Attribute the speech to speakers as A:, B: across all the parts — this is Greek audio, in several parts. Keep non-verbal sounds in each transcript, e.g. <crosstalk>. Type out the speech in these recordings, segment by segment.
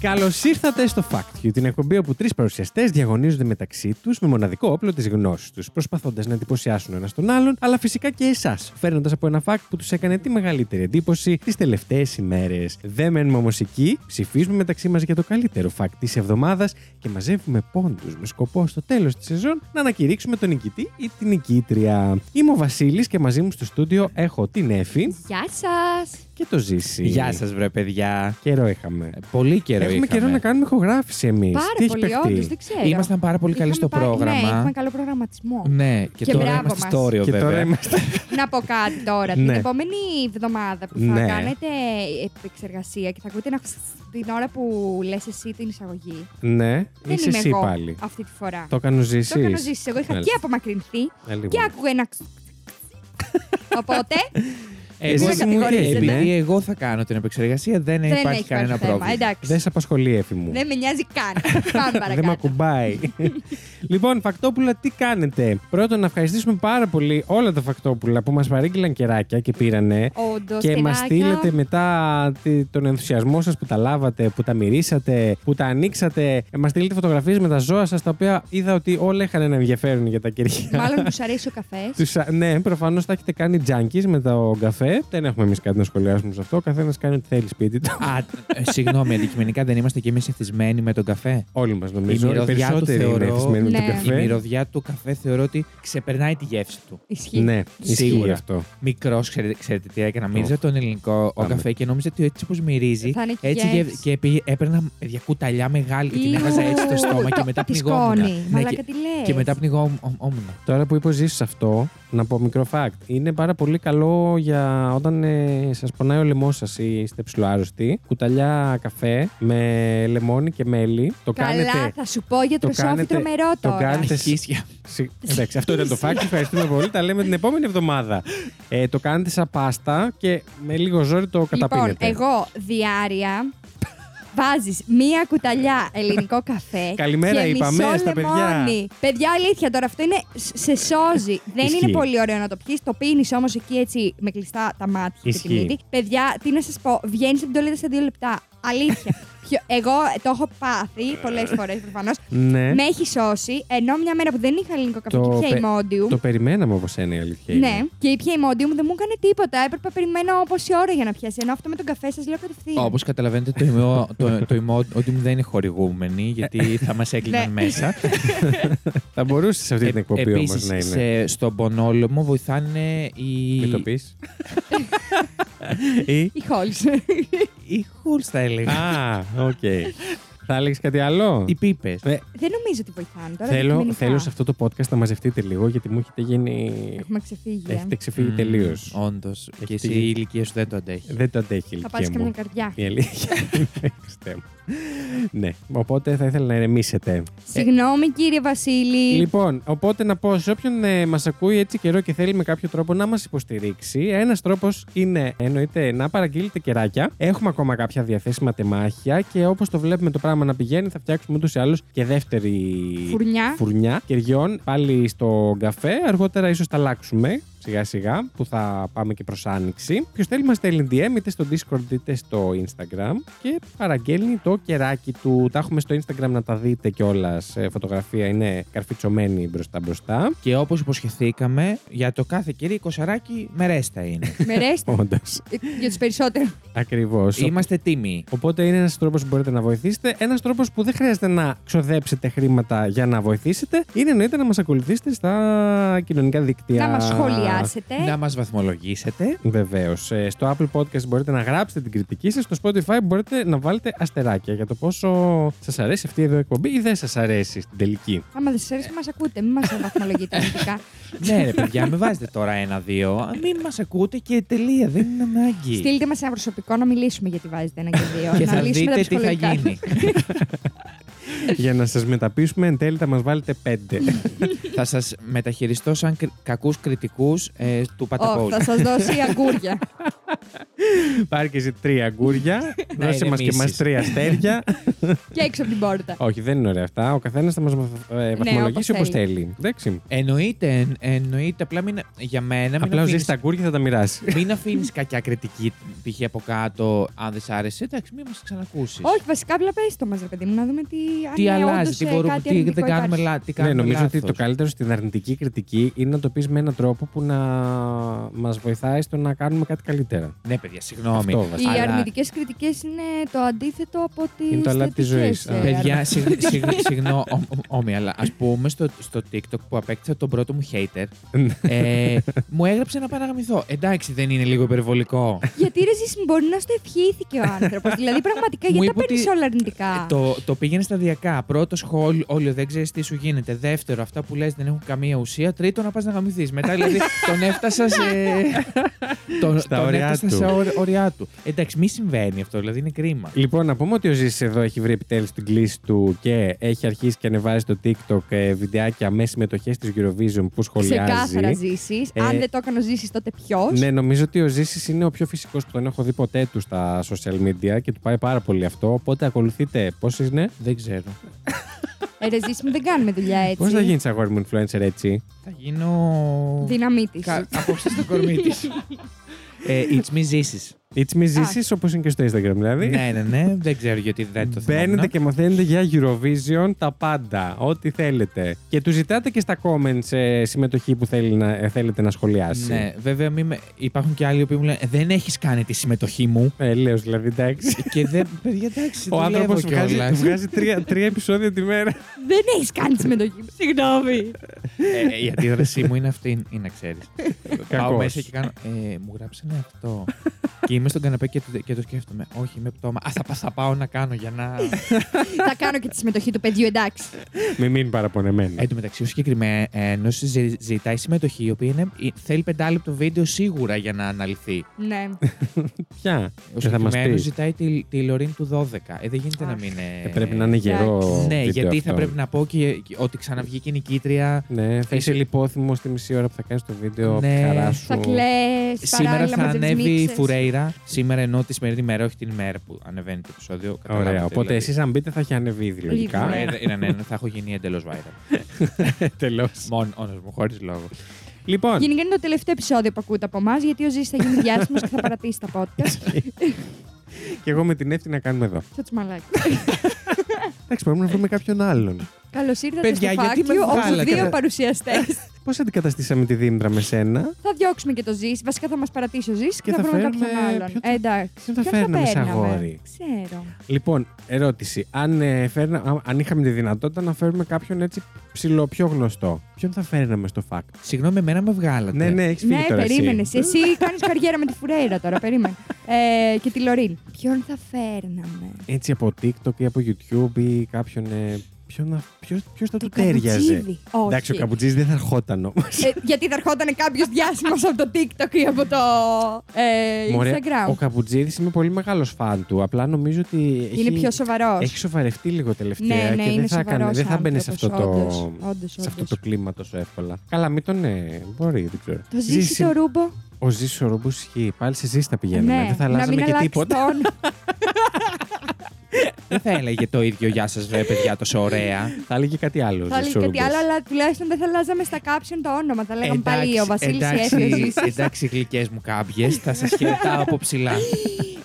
A: Καλώς ήρθατε στο Fact You, την εκπομπή όπου τρεις παρουσιαστές διαγωνίζονται μεταξύ τους με μοναδικό όπλο της γνώσης τους, προσπαθώντας να εντυπωσιάσουν ένας τον άλλον, αλλά φυσικά και εσάς, φέρνοντας από ένα fact που τους έκανε τη μεγαλύτερη εντύπωση τις τελευταίες ημέρες. Δεν μένουμε όμως εκεί, ψηφίζουμε μεταξύ μας για το καλύτερο fact της εβδομάδας και μαζεύουμε πόντους με σκοπό στο τέλος της σεζόν να ανακηρύξουμε τον νικητή ή την νικήτρια. Είμαι ο Βασίλης και μαζί μου στο στούντιο έχω την Εφη
B: Γεια σας.
A: και το Ζήση.
C: Γεια σας, βρε παιδιά.
A: Καιρό είχαμε.
C: Ε, Πολύ καιρό
A: Έχουμε
C: είχαμε.
A: καιρό να κάνουμε ηχογράφηση εμείς.
B: Πάρα
A: Τι έχεις
B: πολύ,
A: παιχτεί?
B: όντως, δεν ξέρω.
C: Ήμασταν πάρα πολύ καλοί
B: Είχαμε
C: στο
B: πά- Ναι,
C: πρόγραμμα.
B: είχαμε καλό προγραμματισμό.
C: Ναι, και,
B: Και
C: τώρα
B: μπράβο
C: είμαστε
B: μας.
C: στο όριο,
A: Και
C: βέβαια.
A: τώρα είμαστε.
B: Να πω κάτι τώρα. Την
A: Ναι.
B: επόμενη εβδομάδα που θα
A: Ναι. κάνετε
B: κάνετε επεξεργασία και θα ακούτε την ώρα που λες εσύ την εισαγωγή.
A: <laughs> ναι,
B: Δεν
A: είσαι
B: είμαι
A: εσύ
B: εγώ
A: πάλι.
B: αυτή τη φορά.
A: Το έκανε
B: Το
A: ζήσεις.
B: έκανα ζήσεις. Εγώ είχα και απομακρυνθεί
A: Ε, λοιπόν.
B: και άκουγα ένα.
A: <laughs>
B: Οπότε
C: Εγώ,
B: Εσύ με κατηγορείς,
C: επειδή
A: ναι.
C: εγώ θα κάνω την επεξεργασία, δεν,
B: δεν
C: υπάρχει
B: έχει
C: κανένα
B: κανένα
C: πρόβλημα.
B: θέμα. Εντάξει.
A: Δεν σε απασχολεί, έφη μου.
B: Δεν με νοιάζει
A: <laughs>
B: καν.
A: Δεν
B: Πάμε
A: με
B: παρακάτω. <laughs>
A: ακουμπάει. λοιπόν, φακτόπουλα, τι κάνετε. Πρώτον, να ευχαριστήσουμε πάρα πολύ όλα τα φακτόπουλα που μας παρήγγειλαν κεράκια και πήρανε.
B: Όντως,
A: Και μας
B: στενάκια.
A: στείλετε μετά τη- τον ενθουσιασμό σας που τα λάβατε, που τα μυρίσατε, που τα ανοίξατε. Μας στείλετε φωτογραφίες με τα ζώα σας, τα οποία είδα ότι όλα είχαν ένα ενδιαφέρον για τα κεριά.
B: Μάλλον τους αρέσει ο καφές.
A: <laughs> Τους, α- ναι, προφανώς τα έχετε κάνει junkies με το καφέ. Δεν έχουμε εμείς κάτι να σχολιάσουμε σε αυτό. Ο καθένας κάνει ό,τι θέλει σπίτι του. <laughs>
C: Α, ε, συγγνώμη, αντικειμενικά δεν είμαστε και εμείς εθισμένοι με τον καφέ.
A: Όλοι μας νομίζω. Οι
C: Η μυρωδιά του
A: περισσότεροι είναι
C: θεωρώ-
A: ευθυσμένοι με
B: Ναι.
A: τον
C: Η
A: καφέ.
C: μυρωδιά του καφέ θεωρώ ότι ξεπερνάει τη γεύση του.
B: Ισχύει.
A: Ναι, ισχύει
C: Σίγουρα.
A: αυτό.
C: Μικρός, ξέρετε, ξέρετε τι έκανα.
A: Ω.
C: Μύριζα τον ελληνικό ο
A: Πάμε.
C: καφέ και νόμιζα ότι έτσι όπως μυρίζει.
B: Θα είναι και
C: Έτσι
B: γεύση.
C: γεύ- και επί- έπαιρνα μια κουταλιά μεγάλη και την
B: Ιου,
C: έβαζα έτσι στο στόμα και
B: το-
C: μετά
B: τη
C: πνιγόμουν.
B: σκόνη.
C: Ναι,
B: Μαλάκα
C: και-
B: τι λες.
C: Και μετά πνιγόμουν.
A: Τώρα που υποζήσει αυτό, να πω μικρό fact. Είναι πάρα πολύ καλό για όταν ε, σας πονάει ο λαιμός σας ή είστε ψηλοάρρωστοι. Κουταλιά καφέ με λεμόνι και μέλι. Το
B: Καλά,
A: κάνετε.
B: θα σου πω για
A: το
B: τροσόφι
A: κάνετε-
B: τρομερό
A: το
B: τώρα.
A: κάνετε- Άντε,
C: Αρχίσια.
A: Συ- Εντάξει, αυτό ήταν το fact. Ευχαριστούμε πολύ. Τα λέμε την επόμενη εβδομάδα. Ε, το κάνετε σαν πάστα και με λίγο ζόρι το καταπίνετε.
B: Λοιπόν, εγώ διάρρεια βάζεις μία κουταλιά ελληνικό
C: <laughs>
B: καφέ.
A: Καλημέρα,
B: και
A: είπαμε,
B: μισό
A: στα παιδιά.
B: λεμόνι. Παιδιά, αλήθεια τώρα, αυτό είναι. σ- Σε
C: <laughs>
B: σώζει. Δεν
A: Ισχύει.
B: είναι πολύ ωραίο να το πιεις. Το πίνεις όμως εκεί έτσι με κλειστά τα μάτια και
A: Ισχύει.
B: τη μύτη. Παιδιά, τι να σας πω, βγαίνεις από την τολίδα σε δύο λεπτά.
C: <laughs>
B: Αλήθεια. Πιο- εγώ το έχω πάθει πολλές φορές προφανώς.
A: Ναι.
B: Με έχει σώσει, ενώ μια μέρα που δεν είχα ελληνικό καφέ
A: Το
B: και
A: πε-
B: πια ημόντιου.
A: Το περιμέναμε όπως είναι η αλήθεια.
B: Ναι, <laughs>
A: είναι.
B: και η πια ημόντιου μου δεν μου έκανε τίποτα. Έπρεπε να περιμένω πόση ώρα για να πιάσει. Ενώ αυτό με τον καφέ σας λέω κατευθείαν.
C: Όπως καταλαβαίνετε, το ιμό, το, το ιμό ότι μου δεν είναι χορηγούμενη, γιατί θα μας έκλειναν
B: Ναι.
A: <laughs>
C: μέσα. Ε,
A: Θα μπορούσες σε αυτή την εκπομπή όμως
C: Επίσης,
A: να είναι.
C: σε- στον πονόλωμο βοηθάνε οι.
A: Μην το πεις. Ή.
B: Η Χόλς.
C: Οι χούλ, θα έλεγα.
A: Α, οκ. Θα έλεγες κάτι άλλο.
C: Οι πίπες.
A: Ε,
B: <laughs> δεν νομίζω ότι βοηθάνε τώρα.
A: Θέλω,
B: αντικειμενικά.
A: θέλω σε αυτό το podcast να μαζευτείτε λίγο γιατί μου έχετε γίνει.
B: Έχουμε ξεφύγει. ε.
A: Έχετε ξεφύγει τελείως.
C: Όντως.
A: Έχει
C: Και εσύ
A: φύγει.
C: η ηλικία σου δεν το αντέχει.
A: Δεν το αντέχει η
B: Θα
A: ηλικία
B: πάρει και μια
A: μου. Ε,
B: καρδιά.
A: Η αλήθεια είναι. Χριστέ μου. Ναι, οπότε θα ήθελα να ηρεμήσετε.
B: Συγγνώμη, κύριε Βασίλη.
A: Λοιπόν, οπότε να πω σε όποιον ε, μας ακούει έτσι καιρό και θέλει με κάποιο τρόπο να μας υποστηρίξει. Ένας τρόπος είναι εννοείται να παραγγείλετε κεράκια. Έχουμε ακόμα κάποια διαθέσιμα τεμάχια και όπως το βλέπουμε το πράγμα να πηγαίνει, θα φτιάξουμε ούτως ή άλλως και δεύτερη
B: Φουρνιά.
A: φουρνιά κεριών πάλι στο καφέ. Αργότερα ίσως τα αλλάξουμε σιγά σιγά που θα πάμε και προς άνοιξη. Ποιος θέλει, μας στέλνει DM είτε στο Discord είτε στο Instagram και παραγγέλνει το κεράκι του. Τα έχουμε στο Instagram να τα δείτε κιόλας. Φωτογραφία είναι καρφιτσωμένη μπροστά μπροστά.
C: Και όπως υποσχεθήκαμε, για το κάθε κυρί κοσαράκι μερέστα είναι.
B: Με
A: <laughs>
B: ρέστα.
A: Όντω.
B: Ε, Για τους περισσότερους.
A: Ακριβώς.
C: Είμαστε τίμοι.
A: Οπότε είναι ένας τρόπος που μπορείτε να βοηθήσετε. Ένας τρόπος που δεν χρειάζεται να ξοδέψετε χρήματα για να βοηθήσετε είναι εννοείται να μας ακολουθήσετε στα κοινωνικά δίκτυα.
B: Να μας σχολιάσετε.
C: Να μας βαθμολογήσετε.
A: Βεβαίως. Ε, Στο Apple Podcast μπορείτε να γράψετε την κριτική σας. Στο Spotify μπορείτε να βάλετε αστεράκια για το πόσο σας αρέσει αυτή εδώ η εκπομπή ή δεν σας αρέσει στην τελική.
B: Άμα δεν σας αρέσει, μας ακούτε. Μην μας
A: <laughs>
B: βαθμολογείτε αρνητικά.
C: ναι, ρε παιδιά, με βάζετε τώρα ένα-δύο. Μην μας ακούτε και τελεία. Δεν είναι ανάγκη.
B: Στείλτε μας ένα προσωπικό να μιλήσουμε γιατί βάζετε ένα και δύο.
C: Και
B: να
C: θα
B: λύσουμε
C: δείτε
B: τα
C: τι θα
B: ψυχολογικά.
C: γίνει.
A: για να σας μεταπίσουμε, εν τέλει θα μας βάλετε πέντε.
C: θα σας μεταχειριστώ σαν κρι- κακούς κριτικούς ε, του
B: Ω,
C: Παταπόου.
B: θα σας δώσει αγκούρια.
A: Πάρε και εσύ τρία αγκούρια. Δώσε μας και μα
C: ηρεμήσεις.
A: τρία αστέρια.
B: και έξω από την πόρτα.
A: Όχι, δεν είναι ωραία αυτά. Ο καθένας θα μας
C: Ναι,
A: βαθμολογήσει
B: όπως
A: όπω θέλει. Εντάξει.
C: Εννοείται, εν- εννοείται. Απλά μην, για μένα μην
A: Απλά ο
C: αφήνεις-
A: Ζήσης τα αγκούρια θα τα μοιράσει.
C: Μην αφήνεις κακιά κριτική π.χ. από κάτω, αν δεν σ' άρεσε. Εντάξει, μην μα ξανακούσει.
B: Όχι, βασικά απλά πε το μα, ρε παιδί μου, να δούμε τι, αν
C: Τι
B: είναι
C: αλλάζει,
B: όντως,
C: τι
B: ε,
C: μπορούμε,
B: κάτι
C: τι
B: αρνητικό
C: δεν κάνουμε
B: υπάρχει.
C: λάθη. τι
A: Ναι,
C: κάνουμε
A: νομίζω ότι το
C: λάθος.
A: καλύτερο στην αρνητική κριτική είναι να το πεις με έναν τρόπο που να μας βοηθάει στο να κάνουμε κάτι καλύτερα.
C: Ναι, παιδιά, συγγνώμη.
A: Αυτό βασικά.
B: Οι
C: Αλλά-
B: αρνητικές κριτικές είναι το αντίθετο από ε, τις.
A: Είναι το αλάτι της ζωής. Α.
C: Ε, Παιδιά, συγ- συγ- συγγνώμη, αλλά ας πούμε στο, στο TikTok που απέκτησα τον πρώτο μου hater,
A: Ναι.
C: ε, μου έγραψε να πάω να γαμηθώ. Εντάξει, δεν είναι λίγο υπερβολικό.
B: Γιατί ρε Ζήση, μπορεί να στο ευχήθηκε ο
C: <laughs>
B: άνθρωπος. δηλαδή, πραγματικά,
C: Μου
B: γιατί τα
C: είπε ότι- ε,
B: παίρνεις όλα αρνητικά.
C: Το, το πήγαινες σταδιακά. Πρώτο σχόλιο, όλο δεν ξέρεις τι σου γίνεται. Δεύτερο, αυτά που λες δεν έχουν καμία ουσία. Τρίτο, να πας να γαμηθείς. Μετά
A: <laughs>
C: δηλαδή τον έφτασα σε. τον,
A: Στα
C: τον
A: ωριά
C: έφτασα
A: του.
C: σε όρ- όρια του. Εντάξει, μη συμβαίνει αυτό, δηλαδή είναι κρίμα.
A: Λοιπόν, να πούμε ότι ο Ζήσης εδώ έχει βρει επιτέλους την κλίση του και έχει αρχίσει και ανεβάζει στο TikTok ε, βιντεάκια με συμμετοχές της Eurovision που σχολιάζει.
B: Ξεκάθαρα ζήσει.
A: Ε,
B: Αν δεν το έκανε ζήσει, τότε ποιος.
A: Ναι, νομίζω ότι ο Ζήσης είναι ο πιο φυσικός που τον έχω δει ποτέ του στα social media και του πάει πάρα πολύ αυτό. Οπότε ακολουθείτε. Πόσες είναι.
C: Δεν ξέρω.
B: Ε, Ρε Ζήση μου, δεν κάνουμε δουλειά έτσι.
A: Πώ θα γίνεις αγόρι μου influencer έτσι.
C: Θα γίνω.
B: Δύναμή τη.
C: Κα- Απόψε στο κορμί
A: <laughs>
C: της. It's me Ζήσης.
A: It's me Ζήσης, όπως είναι και στο Instagram δηλαδή.
C: ναι, ναι, ναι. Δεν ξέρω γιατί δεν το θυμάμαι.
A: Μπαίνετε και μαθαίνετε για Eurovision τα πάντα, ό,τι θέλετε. Και του ζητάτε και στα comments ε, συμμετοχή που θέλει να, ε, θέλετε να σχολιάσει.
C: Ναι, βέβαια μη με- υπάρχουν και άλλοι που μου λένε Δεν έχεις κάνει τη συμμετοχή μου.
A: Ελέω δηλαδή, εντάξει.
C: και δεν. Παιδιά, εντάξει.
A: Ο
C: δουλεύω
A: άνθρωπος βγάζει,
C: κιόλας.
A: βγάζει τρία, τρία επεισόδια τη μέρα.
B: Δεν έχεις κάνει
C: <laughs>
B: συμμετοχή. Συγγνώμη.
C: Ε, η αντίδρασή μου είναι αυτή, είναι να ξέρει. Πάω
A: Κακός.
C: μέσα και κάνω. Ε, μου γράψανε αυτό. και είμαι στον καναπέ και, το- και το σκέφτομαι. Όχι, είμαι πτώμα. Ας, θα, πα- θα πάω να κάνω για να.
B: Θα κάνω και τη συμμετοχή του παιδιού, εντάξει.
A: Μην μείνει παραπονεμένο.
C: Εν τω μεταξύ, ο συγκεκριμένο ζητάει συμμετοχή, η οποία είναι, ε, θέλει πεντάλεπτο βίντεο σίγουρα για να αναλυθεί.
B: Ναι.
A: Πια.
C: Ο
A: Δεν θα μας
C: συγκεκριμένος
A: πεις.
C: ζητάει τη, τη Λωρίν του 12. Ε, δεν γίνεται
B: Αχ.
C: να μην είναι.
A: Ε, πρέπει να είναι γερό.
B: εντάξει.
C: Ναι,
A: βίντεο
C: γιατί θα
A: αυτό.
C: πρέπει να πω και, και ότι ξαναβγήκε η νικήτρια.
A: Ναι, θα είσαι
C: Είσαι-
A: λιπόθυμο στη μισή ώρα που θα κάνεις το βίντεο. από τη
C: Ναι.
A: Χαρά σου.
B: Θα κλαις,
C: Σήμερα
B: παράλληλα
C: θα
B: μαζί με τις
C: ανέβει η
B: μίξες.
C: Φουρέιρα. Σήμερα ενώ τη σημερινή μέρα, όχι την ημέρα που ανεβαίνει το επεισόδιο.
A: Ωραία.
C: καταλάβατε,
A: Οπότε
C: δηλαδή.
A: εσείς, αν μπείτε, θα έχει ανεβεί ήδη, λογικά.
B: Ναι.
C: Ε, ναι, ναι, ναι, θα έχω γίνει εντελώς viral. Ναι.
A: Τελώ.
C: Μόνος μου, χωρίς λόγο.
A: Ε, Λοιπόν,
B: Γενικά είναι το τελευταίο επεισόδιο που ακούτε από εμάς, γιατί ο Ζήσης θα γίνει διάσημος και θα παρατήσει τα podcast.
A: και εγώ με την Εύτη να κάνουμε εδώ.
B: Θα τους μαλάκι.
A: Εντάξει, πρέπει να βρούμε κάποιον άλλον.
B: Καλώς ήρθατε
C: Παιδιά,
B: στο
C: γιατί με
B: φάκιο, όπου
C: βγάλατε.
B: δύο παρουσιαστές.
A: Πώς αντικαταστήσαμε τη Δήμητρα με σένα,
B: θα διώξουμε και το Ζήση. Βασικά θα μας παρατήσει ο Ζήση και,
A: Και
B: θα,
A: θα
B: βρούμε
A: φέρουμε-
B: κάποιον άλλον.
A: ποιον θα-
B: Ε, εντάξει.
A: ποιον θα
B: Ποιον
A: φέρναμε σαν
B: παίρναμε?
A: αγόρι?
B: Ξέρω.
A: Λοιπόν, ερώτηση. Αν, ε, φέρνα, α- αν είχαμε τη δυνατότητα να φέρουμε κάποιον έτσι ψηλό, πιο γνωστό, ποιον θα φέρναμε στο fact.
C: Συγγνώμη, εμένα με βγάλατε.
A: Ναι, ναι, έχεις φύγει
B: Ναι,
A: τώρα. εσύ.
B: περίμενε. Εσύ, εσύ κάνεις καριέρα με τη Φουρέιρα τώρα. Περίμενε. Ε, και τη Λωρίν. Ποιον θα φέρναμε.
A: Έτσι από TikTok ή από YouTube ή κάποιον. Ε, ποιον να- ποιος, ποιος θα του
B: Το
A: τέριαζε.
B: καπουτσίδι. Όχι.
A: Εντάξει, ο καπουτσίδη δεν θα ερχόταν όμως.
B: Ε, γιατί θα ερχόταν κάποιος διάσημος από το TikTok ή από το ε, Instagram.
A: ο Καπουτζίδη είμαι πολύ μεγάλος φαν του. Απλά νομίζω ότι.
B: Είναι πιο σοβαρός.
A: Έχει σοβαρευτεί λίγο τελευταία
B: Ναι, ναι,
A: και
B: είναι
A: δεν θα, έκανε-
B: σοβαρό.
A: δεν θα μπαίνει σε αυτό το.
B: Όντως, όντως,
A: σε αυτό
B: όντως.
A: το κλίμα τόσο εύκολα. Καλά, μην τον. Ναι, μπορεί, δεν ξέρω.
B: Το ζήσει το ρούμπο.
A: Ο Ζήση ο Ρούμπο ισχύει. Πάλι σε Ζήση θα πηγαίνουμε.
B: ναι,
A: δηλαδή, δεν θα
B: να
A: αλλάζαμε
B: μην
A: και
B: αλλάξει
A: τίποτα.
B: τον.
C: Δεν θα έλεγε το ίδιο γεια σας, ρε παιδιά, τόσο ωραία.
A: <laughs> Θα έλεγε κάτι άλλο.
B: Θα
A: Ζήσης
B: λέει
A: ο
B: κάτι
A: Ρούμπος.
B: άλλο, αλλά τουλάχιστον δεν θα αλλάζαμε στα caption το όνομα. Θα λέγαμε Ε, πάλι
C: Εντάξει,
B: ο Βασίλη
C: εντάξει,
B: Έφη.
A: Ε,
C: Εντάξει, γλυκές μου κάποιε. Θα σας χαιρετάω από ψηλά.
B: <laughs>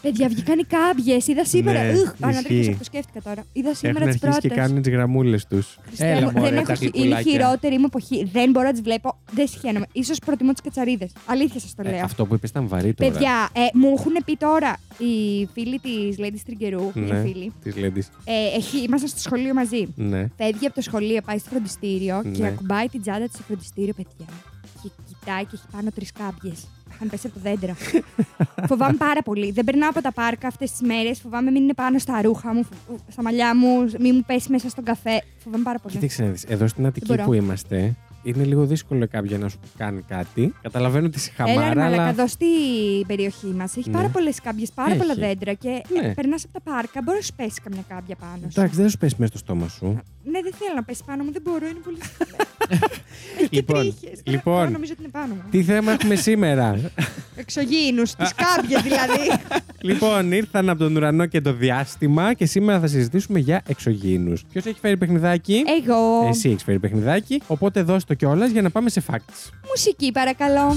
B: Παιδιά, βγήκαν οι κάμπιες. Είδα σήμερα.
A: Ναι,
B: Ugh, Ανατρίχιασα
A: ισχύει.
B: που το σκέφτηκα τώρα. Είδα
A: Έχουν
B: σήμερα τις
A: αρχίσει
B: πρώτε.
A: και κάνουν τις γραμμούλες τους.
B: Χριστέ
C: Έλα,
B: μου,
C: μωρέ,
B: δεν
C: τα
B: έχω, χει- είναι η
C: γλυκουλάκια.
B: χειρότερη μου εποχή. Δεν μπορώ να τις βλέπω. Δεν συχαίνομαι. σω προτιμώ τις κατσαρίδες. Αλήθεια σας το λέω.
A: Ε, αυτό που είπες ήταν βαρύ τώρα.
B: Παιδιά, ε, μου έχουν πει τώρα οι φίλοι της Lady Τριγκερού, μια
A: ναι,
B: φίλη.
A: τη Λέντι.
B: Ε, έχει, ήμασταν στο σχολείο μαζί.
A: Ναι.
B: Φεύγει από το σχολείο, πάει στο φροντιστήριο και
A: Ναι.
B: ακουμπάει την τσάντα της στο φροντιστήριο, παιδιά. Και κοιτάει και έχει πάνω τρεις κάμπιες. Αν πέσει από το
A: <laughs>
B: δέντρο. φοβάμαι πάρα πολύ. Δεν περνάω από τα πάρκα αυτές τις μέρες. Φοβάμαι μην είναι πάνω στα ρούχα μου, φο- στα μαλλιά μου, μην μου πέσει μέσα στον καφέ. Φοβάμαι πάρα πολύ.
A: Κοίταξε να δεις. Εδώ στην Αττική
B: Δεν μπορώ.
A: που είμαστε, είναι λίγο δύσκολο κάποια να σου κάνει κάτι. Καταλαβαίνω τη
B: Έλα, ρε,
A: συχαμάρα,
B: μαλακά,
A: αλλά.
B: εδώ στην περιοχή μας έχει
A: Ναι.
B: πάρα πολλές κάμπιες, πάρα
A: Έχει.
B: πολλά δέντρα και
A: Ναι.
B: περνάς από τα πάρκα. Μπορεί να σου πέσει καμιά κάμπια πάνω. σου.
A: Εντάξει, δεν σου πέσει μέσα στο στόμα σου.
B: Ναι, δεν θέλω να πέσει πάνω μου, δεν μπορώ, είναι
A: <laughs>
B: πολύ. σκληρό. Έχει και
A: Λοιπόν,
B: τρίχες. Τώρα
A: λοιπόν,
B: Νομίζω ότι είναι πάνω μου. <laughs>
A: Τι θέμα έχουμε σήμερα.
B: Εξωγήινους, τις κάμπιε δηλαδή.
A: Λοιπόν, ήρθαν από τον ουρανό και το διάστημα και σήμερα θα συζητήσουμε για εξωγήινους. Ποιος έχει φέρει παιχνιδάκι.
B: Εγώ.
A: Εσύ έχεις φέρει παιχνιδάκι. Οπότε δώσ' το κιόλας για να πάμε σε facts.
B: Μουσική, παρακαλώ.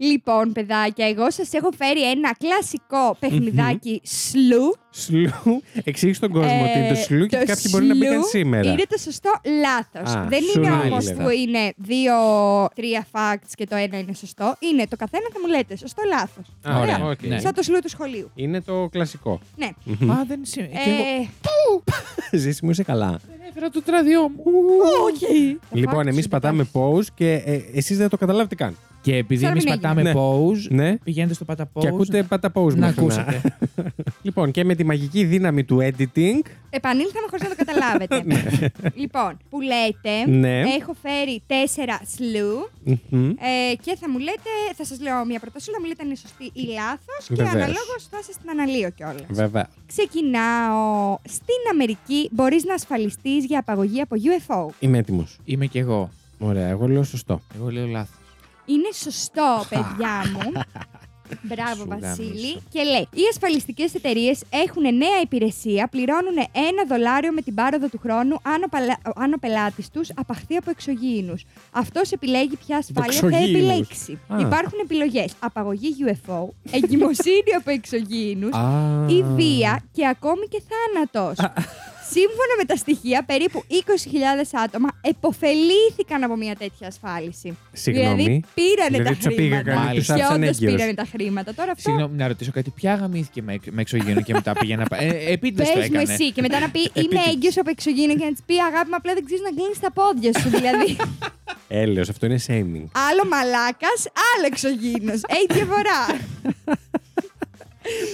B: Λοιπόν, παιδάκια, εγώ σας έχω φέρει ένα κλασικό παιχνιδάκι σλου.
A: Σλου. Εξήγησε τον κόσμο
B: Ε,
A: ότι είναι το σλου και
B: το
A: κάποιοι μπορεί να μπήκαν
B: σλου
A: σήμερα.
B: Είναι το σωστό λάθος.
A: Α,
B: Δεν
A: σου
B: είναι όμω
A: μίλησα.
B: που είναι δύο, τρία facts και το ένα είναι σωστό. Είναι το καθένα θα μου λέτε σωστό λάθος.
A: Α, ωραία.
C: Ωραία.
A: οκ.
C: Ναι.
B: Σαν το σλού του σχολείου.
A: Είναι το κλασικό.
B: Ναι.
C: Α, δεν είσαι. και εγώ
B: Ε,
A: Ζήση μου είσαι καλά.
C: δεν έφερα το τραδιό μου.
B: Όχι.
A: Λοιπόν, εμείς πατάμε pause και εσείς δεν το καταλάβετε καν.
C: Και επειδή
B: Σαν να
C: εμεί
B: μην έγινε.
C: πατάμε
A: Ναι.
C: pause,
A: Ναι.
C: πηγαίνετε στο πατα pause. ναι.
A: Και ακούτε πατά pause
C: να
A: μέχρι
C: ακούσετε.
A: <laughs> Λοιπόν, και με τη μαγική δύναμη του editing.
B: Επανήλθαμε χωρίς να το
A: <laughs>
B: καταλάβετε. λοιπόν, που λέτε,
A: Ναι.
B: έχω φέρει τέσσερα σλου
A: μμμ,
B: ε, και θα μου λέτε, θα σας λέω μια προτασούλα, μου λέτε αν είναι σωστή ή λάθος και
A: Βεβαίως.
B: αναλόγως θα σα την αναλύω κιόλας.
A: Βέβαια.
B: Ξεκινάω. Στην Αμερική μπορείς να ασφαλιστείς για απαγωγή από UFO.
A: Είμαι έτοιμος.
C: Είμαι κι εγώ.
A: Ωραία, εγώ λέω σωστό.
C: Εγώ λέω λάθος.
B: Είναι σωστό, παιδιά μου.
A: <laughs>
B: Μπράβο,
C: Σου
B: Βασίλη.
C: γαμίσω.
B: Και λέει: Οι ασφαλιστικές εταιρείες έχουν νέα υπηρεσία, πληρώνουν ένα δολάριο με την πάροδο του χρόνου αν ο, παλα... αν ο πελάτης τους απαχθεί από εξωγήινους. Αυτός επιλέγει ποια ασφάλεια θα
A: Εξωγήινους.
B: επιλέξει.
A: Α.
B: Υπάρχουν επιλογές: απαγωγή UFO, εγκυμοσύνη από εξωγήινους,
A: Α.
B: η βία και ακόμη και θάνατος. Σύμφωνα με τα στοιχεία, περίπου 20.000 άτομα εποφελήθηκαν από μια τέτοια ασφάλιση.
A: Συγγνώμη.
B: Δηλαδή πήρανε
A: Δηλαδή,
B: τα
A: τους πήγαν
B: χρήματα.
A: καλή, τους
B: και
A: άφησαν
B: όντως
A: έγκυος.
B: πήρανε τα χρήματα. Τώρα αυτό
C: Συγγνώμη, να ρωτήσω κάτι. Ποια γαμήθηκε με, με εξωγήινο και μετά πήγε να πάει. Ε, Επίτηδες το
B: πες μου
C: έκανε.
B: εσύ. Και μετά
A: <laughs>
B: να πει Είμαι
A: Επίτηδες.
B: έγκυος από εξωγήινο και να της πει Αγάπη μου, απλά δεν ξέρεις να κλείνεις τα πόδια σου.
A: <laughs>
B: δηλαδή,
A: Έλεος, Ε, αυτό είναι shaming.
B: άλλο μαλάκας, άλλο εξωγήινος. Έχει διαφορά.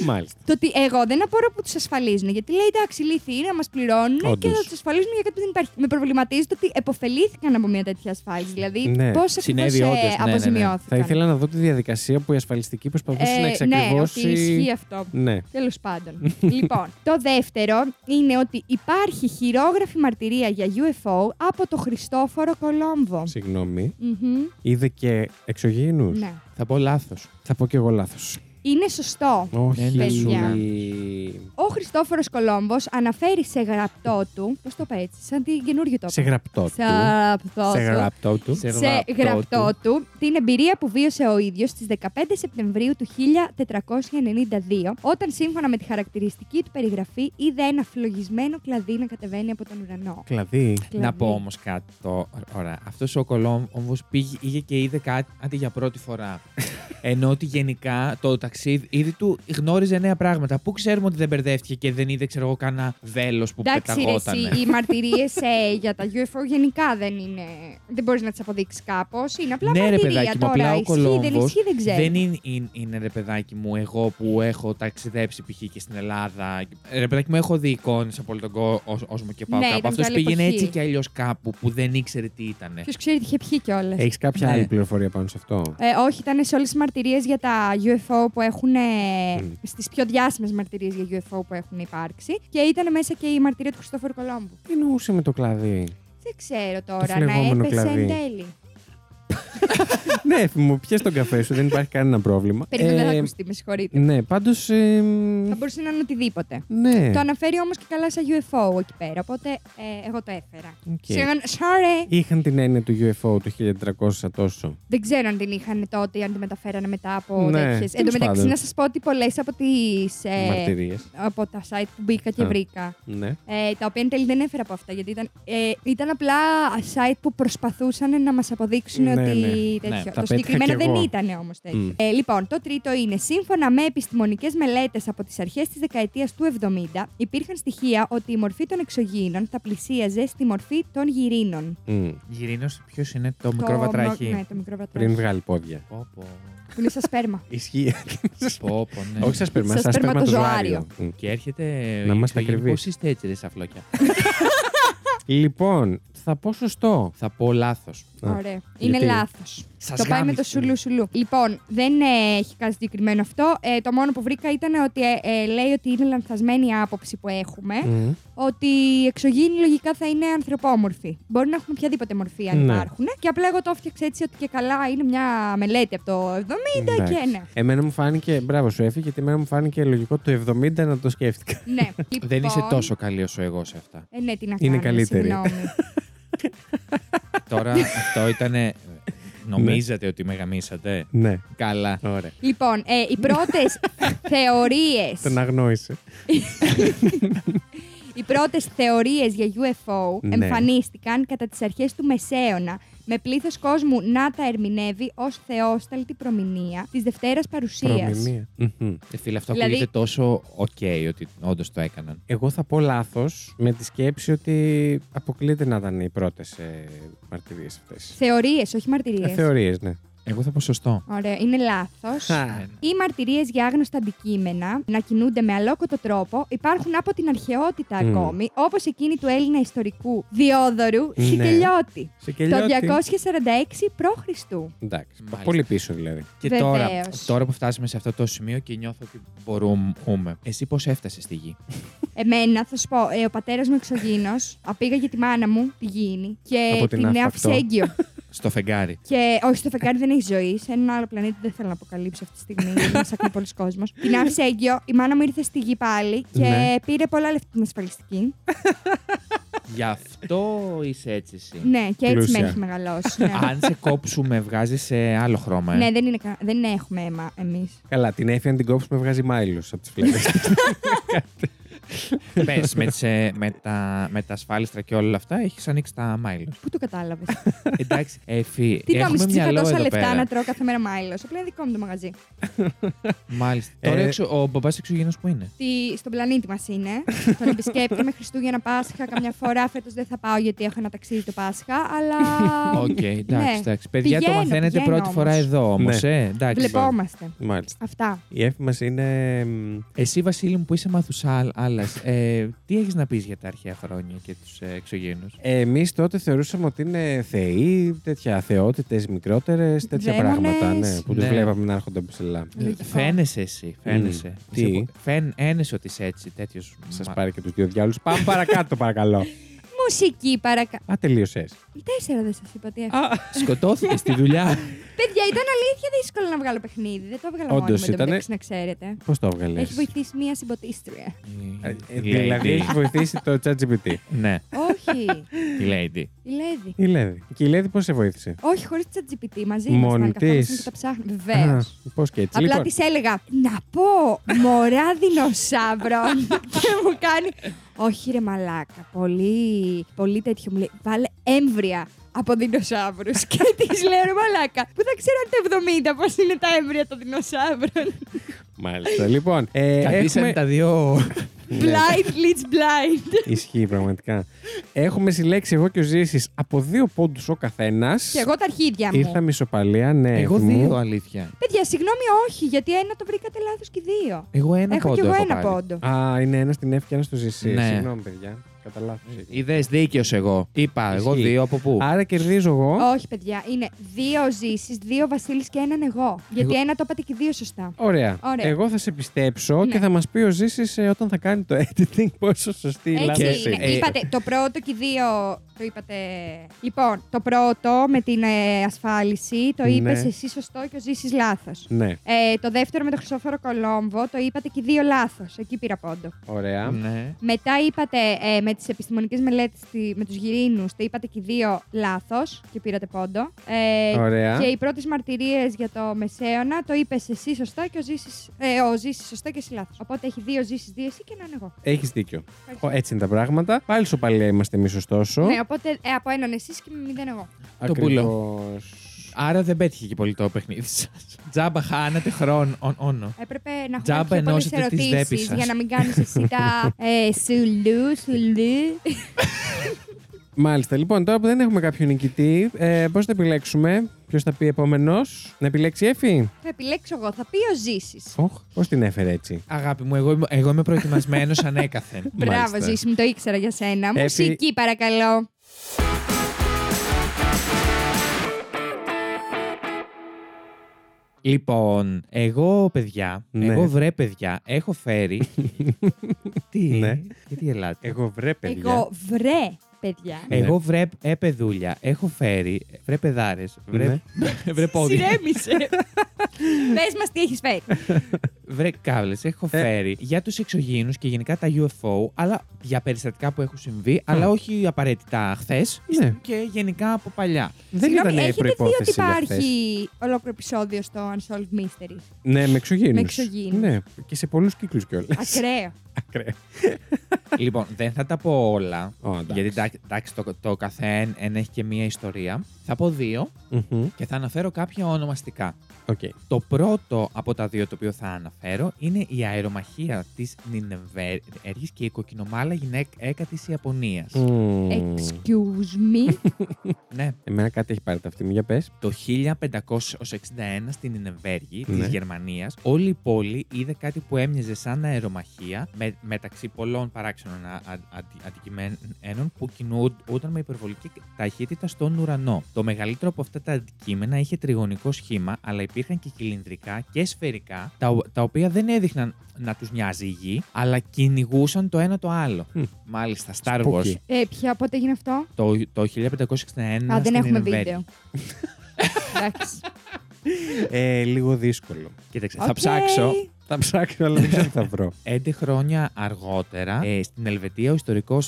A: Μάλιστα.
B: Το ότι εγώ δεν απορώ που τους ασφαλίζουν. Γιατί λέει εντάξει, λύθη είναι να μας πληρώνουν και
A: Όντως.
B: θα τους ασφαλίζουν για κάτι που δεν υπάρχει. Με προβληματίζει το ότι επωφελήθηκαν από μια τέτοια ασφάλιση. Δηλαδή,
A: Ναι.
B: πώς
C: Συνέβη
B: ακριβώ
C: όντως, ναι, ναι, ναι.
B: αποζημιώθηκαν.
A: Θα ήθελα να δω τη διαδικασία που η ασφαλιστική προσπαθούσε
B: Ε,
A: να
B: Ναι, ότι
A: εξακριβώσει.
B: ισχύει αυτό.
A: Ναι.
B: Τέλος πάντων. <laughs> λοιπόν, το δεύτερο είναι ότι υπάρχει χειρόγραφη μαρτυρία για UFO από το Χριστόφορο Κολόμβο.
A: Συγγνώμη.
B: Μμμ.
A: Είδε και εξωγήινους.
B: Ναι.
C: Θα πω λάθος.
A: Θα πω κι εγώ λάθος.
B: Είναι σωστό.
A: Όχι.
C: Ναι,
B: παιδιά. Ο Χριστόφορος Κολόμβος αναφέρει σε γραπτό του. Πώς το πέτσε, σαν την καινούργιο το
A: Σε γραπτό του.
B: Σε γραπτό
A: Σε
B: του.
A: γραπτό του.
C: Σε
B: σε
C: γραπτό
B: γραπτό του την εμπειρία που βίωσε ο ίδιος στις 15 Σεπτεμβρίου του 1492 όταν σύμφωνα με τη χαρακτηριστική του περιγραφή είδε ένα φλογισμένο κλαδί να κατεβαίνει από τον ουρανό.
A: Δηλαδή.
B: Κλαδί.
C: Να πω όμως κάτι. Το... Ωραία. Αυτός ο Κολόμβος πήγε είχε και είδε κάτι αντί για πρώτη φορά. Ενώ ότι γενικά το ταξίδι του γνώριζε νέα πράγματα. Πού ξέρουμε ότι δεν μπερδεύτηκε και δεν είδε, ξέρω εγώ, κανένα βέλος που
B: Εντάξει, ρε,
C: πεταγόταν.
B: εσύ, οι μαρτυρίες για τα UFO γενικά δεν είναι. Δεν μπορείς να τις αποδείξεις κάπως. Είναι απλά
C: ναι, ρε
B: μαρτυρία
C: παιδάκι μου,
B: τώρα.
C: απλά ο
B: ισχύει, δεν
C: Κολόμβος
B: ισχύει, δεν ξέρω.
C: δεν είναι, είναι, είναι, ρε παιδάκι μου, εγώ που έχω ταξιδέψει π.χ. και στην Ελλάδα. Ρε παιδάκι μου, έχω δει εικόνες από όλο τον κόσμο και πάω
B: Ναι,
C: κάπου.
B: ήταν
C: Αυτός
B: και άλλη
C: πήγαινε
B: εποχή.
C: έτσι κι αλλιώς κάπου που δεν ήξερε τι ήταν.
B: Ποιος ξέρει τι είχε πιει κιόλας.
A: Έχεις κάποια
C: Ναι.
A: άλλη πληροφορία πάνω σε αυτό.
B: Ε, όχι, ήταν σε όλες τις μαρτυρίες για τα UFO που έχουν. Ε,
A: Mm.
B: στις πιο διάσημες μαρτυρίες για UFO που έχουν υπάρξει. Και ήταν μέσα και η μαρτυρία του Χριστόφορου Κολόμβου.
A: Τι εννοούσε με το κλαδί.
B: <laughs> Δεν ξέρω τώρα, να
A: φλεγόμενο
B: έπεσε
A: κλαδί.
B: εν τέλει.
A: ναι, έφη μου, πιες τον καφέ σου, δεν υπάρχει κανένα πρόβλημα.
B: Περίμενα να
A: Ε,
B: ακουστεί, με συγχωρείτε.
A: Ναι, πάντως.
B: Θα μπορούσε να είναι οτιδήποτε.
A: Ναι.
B: Το αναφέρει όμως και καλά σε UFO εκεί πέρα. Οπότε ε, εγώ το έφερα.
A: Οκ.
B: Συγγνώμη, sorry.
A: Είχαν την έννοια του UFO το 1300 τόσο.
B: Δεν ξέρω αν την είχαν τότε ή αν τη μεταφέρανε μετά από
A: Ναι,
B: τέτοιες. Εν τω
A: τέλος
B: μεταξύ,
A: πάντων.
B: να σας πω ότι πολλές από, τις, ε,
A: Μαρτυρίες.
B: από τα site που μπήκα και
A: Α.
B: βρήκα.
A: Ναι.
B: Ε, τα οποία εν τέλει δεν έφερα από αυτά, γιατί ήταν, ε, ήταν απλά site που προσπαθούσαν να μας αποδείξουν
A: Ναι,
B: ότι
A: ναι.
B: τέτοιο.
C: Ναι, τα
B: το
A: πέτυχα
B: συγκεκριμένο
A: κι
B: δεν
A: εγώ.
B: ήταν όμως τέτοιο.
A: Μμ.
B: Ε, λοιπόν, το τρίτο είναι, σύμφωνα με επιστημονικές μελέτες από τις αρχές της δεκαετίας του 70, υπήρχαν στοιχεία ότι η μορφή των εξωγήινων θα πλησίαζε στη μορφή των γυρίνων.
A: Μμ.
C: Γυρίνος, ποιος είναι το, μικρό
B: Το
C: βατράχι.
B: μο- Ναι, το μικρό βατράχι.
A: Πριν βγάλει πόδια.
C: Πω, πω.
B: Που είναι σαν σπέρμα.
A: Ισχύει.
C: Πω, πω, ναι.
A: Όχι σα περνά,
B: Σαν
A: σα περνά το
B: σπερματοζωάριο.
A: ζωάριο.
C: Και έρχεται.
A: Να
C: η
A: είμαστε
C: εξωγήινη,
A: ακριβείς.
C: Πώς είστε έτσι, ρε σαφλόκια.
A: Λοιπόν, Θα πω σωστό.
C: Θα πω λάθος.
A: Α,
B: Ωραία. Είναι
A: γιατί?
B: λάθος.
C: Σας
B: Το πάει με
C: γάμισε.
B: το σουλού σουλού. Λοιπόν, δεν ε, έχει κάτι συγκεκριμένο αυτό. Ε, το μόνο που βρήκα ήταν ότι ε, ε, λέει ότι είναι λανθασμένη η άποψη που έχουμε.
A: Μμ.
B: Ότι οι εξωγήινοι λογικά θα είναι ανθρωπόμορφοι. Μπορεί να έχουν οποιαδήποτε μορφή αν
A: Ναι.
B: υπάρχουν. Και απλά εγώ το έφτιαξα έτσι ότι και καλά είναι μια μελέτη από το 70
A: Εντάξει.
B: και ναι.
A: Εμένα μου φάνηκε. Μπράβο σου, Εφη, γιατί εμένα μου φάνηκε λογικό το 70 να το σκέφτηκα.
B: <laughs>
A: <laughs>
B: ναι. Λοιπόν,
C: Δεν είσαι τόσο καλή όσο εγώ σε αυτά.
B: Ε, ναι, τι να
A: Είναι
B: κάνουμε,
A: καλύτερη.
B: συγγνώμη. <laughs>
C: Τώρα αυτό ήταν. Νομίζατε ότι μεγαμίσατε.
A: ναι.
C: Καλά.
A: Ωραία.
B: λοιπόν, ε, οι πρώτες
A: <laughs>
B: θεωρίες.
A: Τον αγνόησε.
B: Οι πρώτες θεωρίες για UFO
A: Ναι.
B: εμφανίστηκαν κατά τις αρχές του Μεσαίωνα, με πλήθος κόσμου να τα ερμηνεύει ως θεόσταλτη προμηνία της Δευτέρας Παρουσίας.
A: Προμηνία. Μμμ.
C: Ε, Φίλε, αυτό
B: Δηλαδή-
C: ακούγεται τόσο ok ότι όντως το έκαναν.
A: Εγώ θα πω λάθος με τη σκέψη ότι αποκλείται να ήταν οι πρώτες ε, μαρτυρίες αυτές.
B: Θεωρίες, όχι μαρτυρίες.
A: Θεωρίες, ναι.
C: Εγώ θα πω σωστό. Ναι,
B: Ωραία, είναι λάθος.
A: Χα.
B: Οι μαρτυρίες για άγνωστα αντικείμενα να κινούνται με αλόκοτο τρόπο υπάρχουν από την αρχαιότητα
A: Μμ.
B: ακόμη, όπως εκείνη του Έλληνα ιστορικού Διόδωρου
A: Ναι.
B: Σικελιώτη.
A: Σε
B: Το
A: κελιώτη.
B: 246 π.Χ.
A: Εντάξει.
C: Μάλιστα.
A: Πολύ πίσω δηλαδή.
C: Και
B: Βεβαίως.
C: τώρα, τώρα που φτάσαμε σε αυτό το σημείο και νιώθω ότι μπορούμε. Εσύ πώς έφτασες στη γη.
B: Εμένα, θα σου πω, ε, ο πατέρας μου εξωγήινος πήγα για τη μάνα μου, τη Γήινη, και
A: Από την
B: την
A: Αφ' αυτό.
B: άφησε έγκυο.
C: Στο φεγγάρι.
B: και όχι, στο φεγγάρι δεν έχει ζωή. Σε έναν άλλο πλανήτη δεν θέλω να αποκαλύψω αυτή τη στιγμή, γιατί μας ακούει πολλοί κόσμος. την άφησε έγκυο, η μάνα μου ήρθε στη γη πάλι και
A: Ναι.
B: πήρε πολλά λεφτά την ασφαλιστική.
C: Γι' αυτό είσαι έτσι εσύ.
B: ναι, και έτσι
A: Πλούσια.
B: με έχει μεγαλώσει. ναι.
C: Αν σε κόψουμε, βγάζει σε άλλο χρώμα. ε.
B: ναι, δεν, είναι, κα- δεν έχουμε αίμα εμείς.
A: Καλά, την Εφη αν την κόψουμε βγάζει μάιλος από τις φλέβες.
B: <laughs>
C: Πες, με, τις, ε, με, τα, με τα ασφάλιστρα και όλα αυτά, έχεις ανοίξει τα μάιλο.
B: <laughs> Πού το
A: <laughs>
B: κατάλαβες.
C: Εντάξει, Εφη,
B: Τι
C: έχουμε
B: νόμιζε ότι είχα
C: μυαλό
B: τόσα
C: εδώ
B: λεφτά
C: πέρα.
B: να τρώω κάθε μέρα μάιλο. Απλά είναι δικό μου το μαγαζί.
C: Μάλιστα.
A: Ε,
C: Τώρα εξω- ο μπαμπάς εξωγήινο που είναι.
B: Τι στον πλανήτη μας
A: <laughs>
B: είναι. Τον επισκέπτομαι Χριστούγεννα Πάσχα. Καμιά φορά φέτος δεν θα πάω γιατί έχω ένα ταξίδι το Πάσχα.
A: <laughs>
B: Αλλά.
C: Οκ, εντάξει,
B: Ναι.
C: εντάξει. Παιδιά, το
B: Πηγαίνω,
C: μαθαίνετε
B: πηγαίνω
C: πρώτη φορά
B: όμως.
C: εδώ όμως,
A: Ναι.
C: ε. Εντάξει.
B: Βλεπόμαστε.
A: Μάλιστα.
B: Αυτά.
A: Η Εφη μας είναι. μ,
C: Εσύ, Βασίλη μου, που είσαι μαθουσάλα, ε, τι έχεις να πεις για τα αρχαία χρόνια και τους ε, εξωγήινους.
A: Εμείς τότε θεωρούσαμε ότι είναι θεοί, τέτοια θεότητες μικρότερες, τέτοια
B: Δαίμονες. Ε,
A: πράγματα. Ναι, που τους
C: Ναι.
A: βλέπαμε να έρχονται ψηλά.
B: Λογικό.
C: Φαίνεσαι εσύ, φαίνεσαι.
A: Μμ. Τι?
C: Είσαι- Φαίνεσαι ότι είσαι έτσι, τέτοιος.
A: Σας πάρει και τους δύο διάλογου. Πάμε παρακάτω, παρακαλώ.
B: Μουσική παρακαλώ.
A: Α, τελείωσες.
B: Τέσσερα δεν σας είπα τι έχω.
C: Σκοτώθηκες στη δουλειά.
B: Παιδιά, ήταν αλήθεια δύσκολο να βγάλω παιχνίδι. Δεν το έβγαλα
A: Όντως
B: μόνο μου
A: ήτανε.
B: ήταν... να ξέρετε.
A: Πώς το έβγαλες.
B: Έχει βοηθήσει μία συμποτίστρια.
C: Η- Ε, η
A: Δηλαδή
C: lady.
A: έχει βοηθήσει το ChatGPT.
C: Ναι,
A: <laughs>
B: Όχι.
C: η lady.
B: Η Λέδη.
A: Η Λέδη. Και η Λέδη πώς σε βοήθησε.
B: Όχι, χωρίς τη GPT μαζί.
A: Μόνη
B: ήμασταν, καθόμασταν
A: της.
B: και τα ψάχνω. Βεβαίω.
A: Πώς και έτσι.
B: Απλά
A: λοιπόν,
B: της έλεγα να πω μωρά δεινοσαύρων και μου κάνει όχι ρε μαλάκα, πολύ, πολύ τέτοιο μου λέει βάλε έμβρια από δεινοσαύρους <laughs> και της λέω ρε μαλάκα που δεν ξέρω αν τα 70 πώς είναι τα έμβρια των δεινοσαύρων
A: Μάλιστα. Λοιπόν, ε,
C: Καθίσανε
A: έχουμε...
C: τα δύο.
A: Ναι,
B: blind leads blind
A: Ισχύει πραγματικά. Έχουμε συλλέξει εγώ και ο Ζήσης από δύο πόντους ο καθένας.
B: και εγώ τα αρχίδια μου
A: Ήρθαμε ισοπαλία, ναι.
C: Εγώ
A: Εφη μου.
C: δύο, αλήθεια.
B: Παιδιά συγγνώμη όχι γιατί ένα το βρήκατε λάθος και δύο
C: Εγώ ένα
B: Έχω
C: πόντο.
B: κι εγώ
C: έχω
B: ένα
C: πάρει.
B: πόντο
A: Α, είναι ένα στην Εύη και ένα στο Ζήσης.
C: Ναι.
A: Συγγνώμη, παιδιά. Κατά λάθος εκεί.
C: Είδε δίκαιος εγώ. Είπα, εγώ
A: Ισχύει.
C: δύο από πού.
A: Άρα κερδίζω εγώ.
B: Όχι, παιδιά, είναι δύο ζήσεις, δύο Βασίλης και έναν εγώ. Γιατί ένα το είπατε και δύο σωστά.
A: Ωραία.
B: Ωραία.
A: Εγώ θα σε πιστέψω
B: Ναι.
A: και θα μας πει ο Ζήσης όταν θα κάνει το editing <laughs> πόσο σωστή ή
B: Έτσι
A: λάθος
B: είναι.
A: είναι.
C: ε,
B: είπατε το πρώτο και δύο. Το είπατε. Λοιπόν, το πρώτο με την ε, ασφάλιση το
A: Ναι.
B: είπες εσύ σωστό και ο Ζήσης λάθος.
A: Ναι,
B: Ε, το δεύτερο με τον Χρυσόφορο Κολόμβο το είπατε και δύο λάθος. Εκεί πήρα πόντο.
A: ωραία.
C: Ναι.
B: Μετά είπατε ε, με τι επιστημονικέ μελέτε με τους γυρίνους το είπατε και δύο λάθος και πήρατε πόντο. Ε,
A: Ωραία.
B: Και οι πρώτες μαρτυρίες για το Μεσαίωνα το είπες εσύ σωστά και ο Ζήσης ε, ο Ζήσης σωστά και εσύ λάθος. Οπότε έχει δύο Ζήσει, δύο εσύ και έναν εγώ.
A: Έχεις δίκιο.
B: Ευχαριστώ.
A: Ο, έτσι είναι τα πράγματα. Πάλι σοπαλία είμαστε εμείς, ωστόσο.
B: Ναι, οπότε ε, από έναν εσείς και μηδέν εγώ.
C: Το Άρα δεν πέτυχε και πολύ το παιχνίδι σας. Τζάμπα, χάνατε χρόνο. Ον- όνο.
B: Έπρεπε να
C: Τζάμπα
B: έχουμε πιο πολλές
C: ενώσετε τις δέπεις
B: ερωτήσεις
C: σας.
B: για να μην κάνεις εσύ τα
A: <laughs>
B: ε, σουλού, σουλού.
A: Μάλιστα. Λοιπόν, τώρα που δεν έχουμε κάποιο νικητή, ε, πώς θα επιλέξουμε, ποιος θα πει επόμενος, να επιλέξει η Εφη.
B: θα επιλέξω εγώ, θα πει ο Ζήσης.
A: Οχ, πώς την έφερε έτσι.
C: Αγάπη μου, εγώ, είμαι- εγώ είμαι προετοιμασμένος ανέκαθεν.
A: Μάλιστα.
B: Μπράβο, Ζήσης, μου το ήξερα για σένα.
A: Έφη-
B: Μουσική, παρακαλώ.
C: Λοιπόν, εγώ παιδιά,
A: Ναι.
C: εγώ βρε παιδιά, έχω φέρει.
A: <laughs>
C: τι,
A: Ναι.
C: γιατί γελάτε.
A: Εγώ βρε, παιδιά.
B: Εγώ βρε, παιδιά.
A: Ναι.
C: Εγώ βρε ε, παιδούλια, έχω φέρει, βρε παιδάρες, βρε,
A: Ναι.
C: <laughs> βρε πόδια,
B: Συρέμισε.
A: <laughs>
B: Πες μας τι έχεις φέρει.
C: βρε κάβλες,
A: Ε.
C: έχω φέρει για τους εξωγήινους και γενικά τα UFO, αλλά για περιστατικά που έχουν συμβεί, αλλά όχι απαραίτητα χθες
A: Ναι.
C: και γενικά από παλιά.
A: Δεν
B: Συγγνώμη,
A: ήταν η
B: έχετε δει ότι
A: προπόθεση.
B: υπάρχει ολόκληρο επεισόδιο στο Unsolved Mysteries.
A: <laughs> Ναι, με εξωγήινους.
B: Με εξωγήινους.
A: Ναι, και σε πολλούς κύκλους κιόλας.
B: Ακραίο.
A: Ακραία.
C: λοιπόν, δεν θα τα πω όλα,
A: Ω, εντάξει.
C: γιατί εντάξει, εντάξει, το, το καθένα έχει και μία ιστορία. Θα πω δύο
A: Μμμ,
C: και θα αναφέρω κάποια ονομαστικά.
A: Οκ.
C: Το πρώτο από τα δύο το οποίο θα αναφέρω είναι η αερομαχία της Νινεβέργης και η κοκκινομάλα γυναίκα της Ιαπωνίας.
A: Μμμ.
B: Excuse me.
A: <laughs>
C: Ναι,
A: Εμένα κάτι έχει πάρει τα αυτή μου. Για πες.
C: το 1561 στην Νινεβέργη
A: Ναι.
C: της Γερμανίας όλη η πόλη είδε κάτι που έμοιαζε σαν αερομαχία με, μεταξύ πολλών παράξενων α- α- αντι- αντικειμένων που κινούνταν με υπερβολική ταχύτητα στον ουρανό. Το μεγαλύτερο από αυτά τα αντικείμενα είχε τριγωνικό σχήμα, αλλά υπήρχαν και κυλινδρικά και σφαιρικά, τα, ο- τα οποία δεν έδειχναν να τους νοιάζει η γη, αλλά κυνηγούσαν το ένα το άλλο.
A: Μμ.
C: Μάλιστα, Star Wars,
A: Spooky.
B: ε, ποια, πότε έγινε αυτό.
C: το, το 1561
B: Α, δεν
C: στην
B: έχουμε
C: Νινεβέργη.
B: βίντεο. Εντάξει.
A: Ε, λίγο δύσκολο.
C: Κοίταξε,
B: Οκ.
C: θα ψάξω.
A: Θα ψάξω, αλλά δεν ξέρω τι θα βρω.
C: 11 χρόνια αργότερα, ε, στην Ελβετία, ο ιστορικός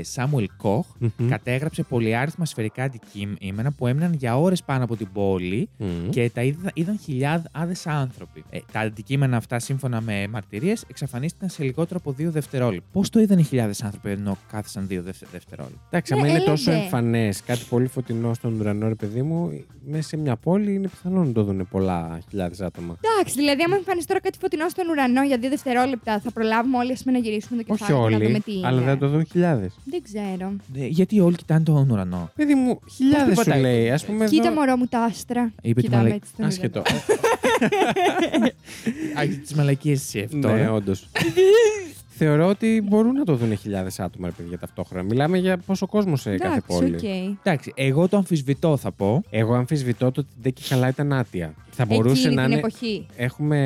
C: Σάμουελ Κοχ
A: Μμμ.
C: κατέγραψε πολυάριθμα σφαιρικά αντικείμενα που έμειναν για ώρες πάνω από την πόλη
A: Μμμ.
C: και τα είδα- είδαν χιλιάδες άνθρωποι. Ε, τα αντικείμενα αυτά, σύμφωνα με μαρτυρίες, εξαφανίστηκαν σε λιγότερο από δύο δευτερόλεπτα. Πώς το είδαν οι χιλιάδες άνθρωποι ενώ κάθισαν δύο δευτε- δευτερόλεπτα.
A: Εντάξει,
B: Ναι,
A: άμα είναι
B: έλεγε.
A: τόσο εμφανές κάτι πολύ φωτεινό στον ουρανό, ρε παιδί μου, μέσα σε μια πόλη είναι πιθανό να το δουν πολλά χιλιάδες άτομα.
B: Εντάξει, δηλαδή, άμα εμφανιστεί τώρα κάτι φωτεινό στον ουρανό για δύο δευτερόλεπτα, θα προλάβουμε όλοι ας πούμε, να γυρίσουμε το
A: Όχι
B: κεφάλι και να δούμε
A: όλοι,
B: τι είναι.
A: αλλά δεν θα το δουν χιλιάδες.
B: Δεν ξέρω.
C: Ε, γιατί όλοι κοιτάνε τον ουρανό.
A: Παιδί μου, χιλιάδες
C: Πώς
A: σου
C: πατάει.
A: λέει. Ας πούμε.
B: Κοίτα,
A: εδώ-
B: μωρό μου, τα άστρα.
C: Είπε τη
B: Κοιτάμε
C: μαλακ-
B: έτσι τον ουρανό.
A: Άσχετο.
C: Τις μαλακίες εσύ αυτό.
A: <laughs> ναι, όντως. Θεωρώ ότι μπορούν να το δουν χιλιάδες άτομα, ρε παιδιά, ταυτόχρονα. Μιλάμε για πόσο κόσμος σε κάθε
B: Εντάξει,
A: πόλη.
B: οκ.
C: Εντάξει, εγώ το αμφισβητώ, θα πω.
A: Εγώ αμφισβητώ το ότι η Ντέκη Χαλά ήταν άτια. Θα μπορούσε
B: Εκείνη
A: να
B: την
A: είναι.
B: εποχή.
A: Έχουμε.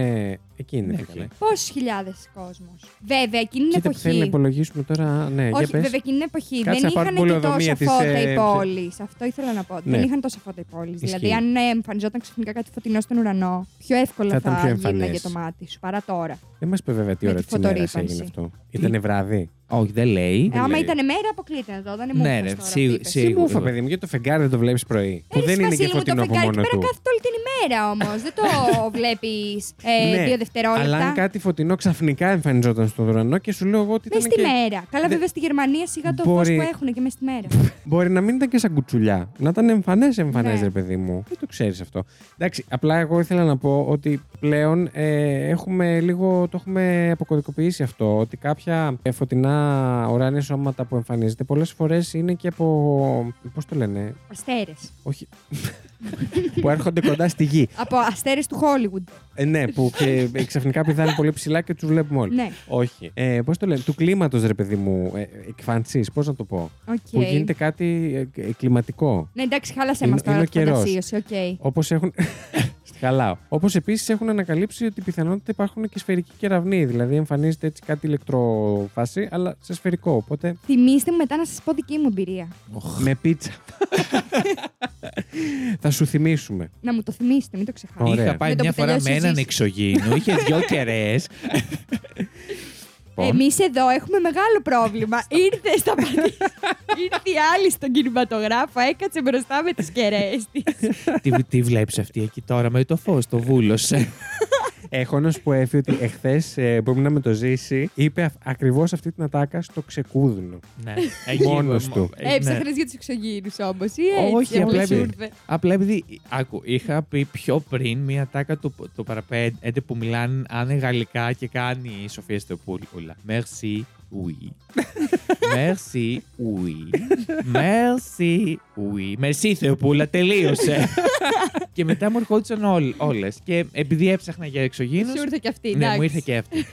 A: Εκείνη
C: Ναι,
A: είναι.
C: φίλε.
A: καλέ.
B: Πόσοι χιλιάδες κόσμος. Βέβαια, εκείνη την
A: Κοίτα που θέλει να
B: εποχή.
A: υπολογίσουμε τώρα. Ναι,
B: Όχι,
A: για πες.
B: βέβαια, εκείνη την εποχή
A: Κάτσε να
B: δεν
A: πάρω
B: είχαν
A: την
B: και
A: πολεοδομία
B: τόσα
A: της,
B: φώτα
A: ε,
B: οι πόλεις. Αυτό ήθελα να πω. ότι
A: Ναι.
B: Δεν είχαν τόσα φώτα οι πόλεις.
A: Ισχύει.
B: Δηλαδή, αν ε, εμφανιζόταν ξαφνικά κάτι φωτεινό στον ουρανό, πιο
A: Θα
B: εύκολα
A: ήταν πιο
B: θα
A: εμφανές.
B: για το μάτι σου παρά τώρα.
A: Δεν μας είπε βέβαια τι
B: Με
A: ώρα
B: τη
A: της ημέρας
B: φωτορύπανση.
A: έγινε αυτό. Ήταν βράδυ.
C: Όχι, δεν λέει.
B: Ε, άμα
A: λέει.
B: ήταν μέρα, αποκλείται να δω.
C: Ναι, ρε, σίγου-
A: Τι
C: σίγου-
A: μου είπα,
C: σίγουρα.
A: παιδί μου, γιατί το φεγγάρι δεν το βλέπεις πρωί. Που δεν είναι και
B: Ε, Βασίλη μου το
A: φωτεινό από
B: φεγγάρι εκεί
A: μόνο
B: πέρα
A: του.
B: κάθεται όλη την ημέρα όμως. Δεν
A: <laughs>
B: το βλέπεις
A: Ναι, Αλλά
B: δύο
A: αν
B: δευτερόλεπτα.
A: κάτι φωτεινό ξαφνικά εμφανιζόταν στον ουρανό και σου λέω εγώ ότι
B: Μες
A: ήταν.
B: στη
A: Και...
B: μέρα. Καλά,
A: Δεν-
B: βέβαια στη Γερμανία σιγά το φως
A: Μπορεί-
B: που έχουν και μες στη
A: <laughs>
B: μέρα.
A: Μπορεί να μην ήταν και σαν κουτσουλιά. Να ήταν εμφανέ-εμφανέ,
B: Ναι.
A: ρε παιδί μου. Δεν το ξέρεις αυτό. Εντάξει, απλά εγώ ήθελα να πω ότι πλέον ε, έχουμε λίγο. Το έχουμε αποκωδικοποιήσει αυτό. Ότι κάποια ε, φωτεινά ουράνια σώματα που εμφανίζεται πολλές φορές είναι και από. Πώς το λένε.
B: Αστέρες.
A: Όχι. που έρχονται κοντά στη γη.
B: Από αστέρες του Hollywood.
A: Ε, ναι, που και ε, ξαφνικά πηδάνε πολύ ψηλά και τους βλέπουμε όλοι.
B: Ναι,
A: Όχι. Ε, πώς το λένε, του κλίματος, ρε παιδί μου, ε, εκφάνση, πώς να το πω.
B: οκ.
A: Που γίνεται κάτι ε, ε, κλιματικό.
B: Ναι, εντάξει, χάλασε
A: Είναι-
B: μας τώρα
A: είναι ο
B: τη
A: καιρός.
B: φαντασίωση, οκ.
A: Όπως έχουν. <laughs> Στη χαλάω. Όπως επίσης έχουν ανακαλύψει ότι πιθανότητα υπάρχουν και σφαιρικοί κεραυνοί. Δηλαδή εμφανίζεται έτσι κάτι ηλεκτροφάση, αλλά σε σφαιρικό. Οπότε
B: Θυμήστε μου μετά να σας πω δική μου εμπειρία.
A: με πίτσα. <laughs> Θα σου θυμίσουμε.
B: Να μου το θυμίσετε, μην το ξεχάσετε.
A: Ωραία.
C: Είχα πάει
B: Με το
C: μια
B: που
C: φορά με
B: τελειώσει η
C: έναν
B: συζήτηση.
C: εξωγήινο,
B: <laughs>
C: είχε δυο κεραίες.
A: Λοιπόν.
B: Εμείς εδώ έχουμε μεγάλο
C: <laughs>
B: πρόβλημα. Ήρθε στα πατή. <laughs> Ήρθε η άλλη στον κινηματογράφο, έκατσε μπροστά με τις κεραίες της.
C: <laughs> τι, τι βλέπεις αυτή εκεί τώρα με το φως, το βούλωσε.
A: Έχω να σου πω, Εφη, ότι εχθές που ήμουν με το ζήσει, είπε ακριβώς αυτή την ατάκα στο ξεκούδουνο.
C: ναι,
A: Μόνος του.
B: Έψαχνες για τους εξωγήινους όμως ή έτσι.
C: Ε, Όχι,
B: απλά
C: απλά
B: σου
C: επειδή-
B: ήρθε.
C: Απλά επειδή, άκου, είχα πει πιο πριν μια τάκα του, του παραπέντε που μιλάνε άνε γαλλικά και κάνει η Σοφία Στεπούλκουλα. Merci,
B: <laughs>
C: oui. Merci, oui. Merci, oui. Merci, Θεοπούλα,
B: <laughs>
C: τελείωσε. και μετά μου ερχόντουσαν όλες. Και επειδή έψαχνα για εξωγήινους,
B: Σου ήρθε και αυτή,
C: Ναι, μου
B: εντάξει.
C: ήρθε
B: <laughs>
C: και αυτή.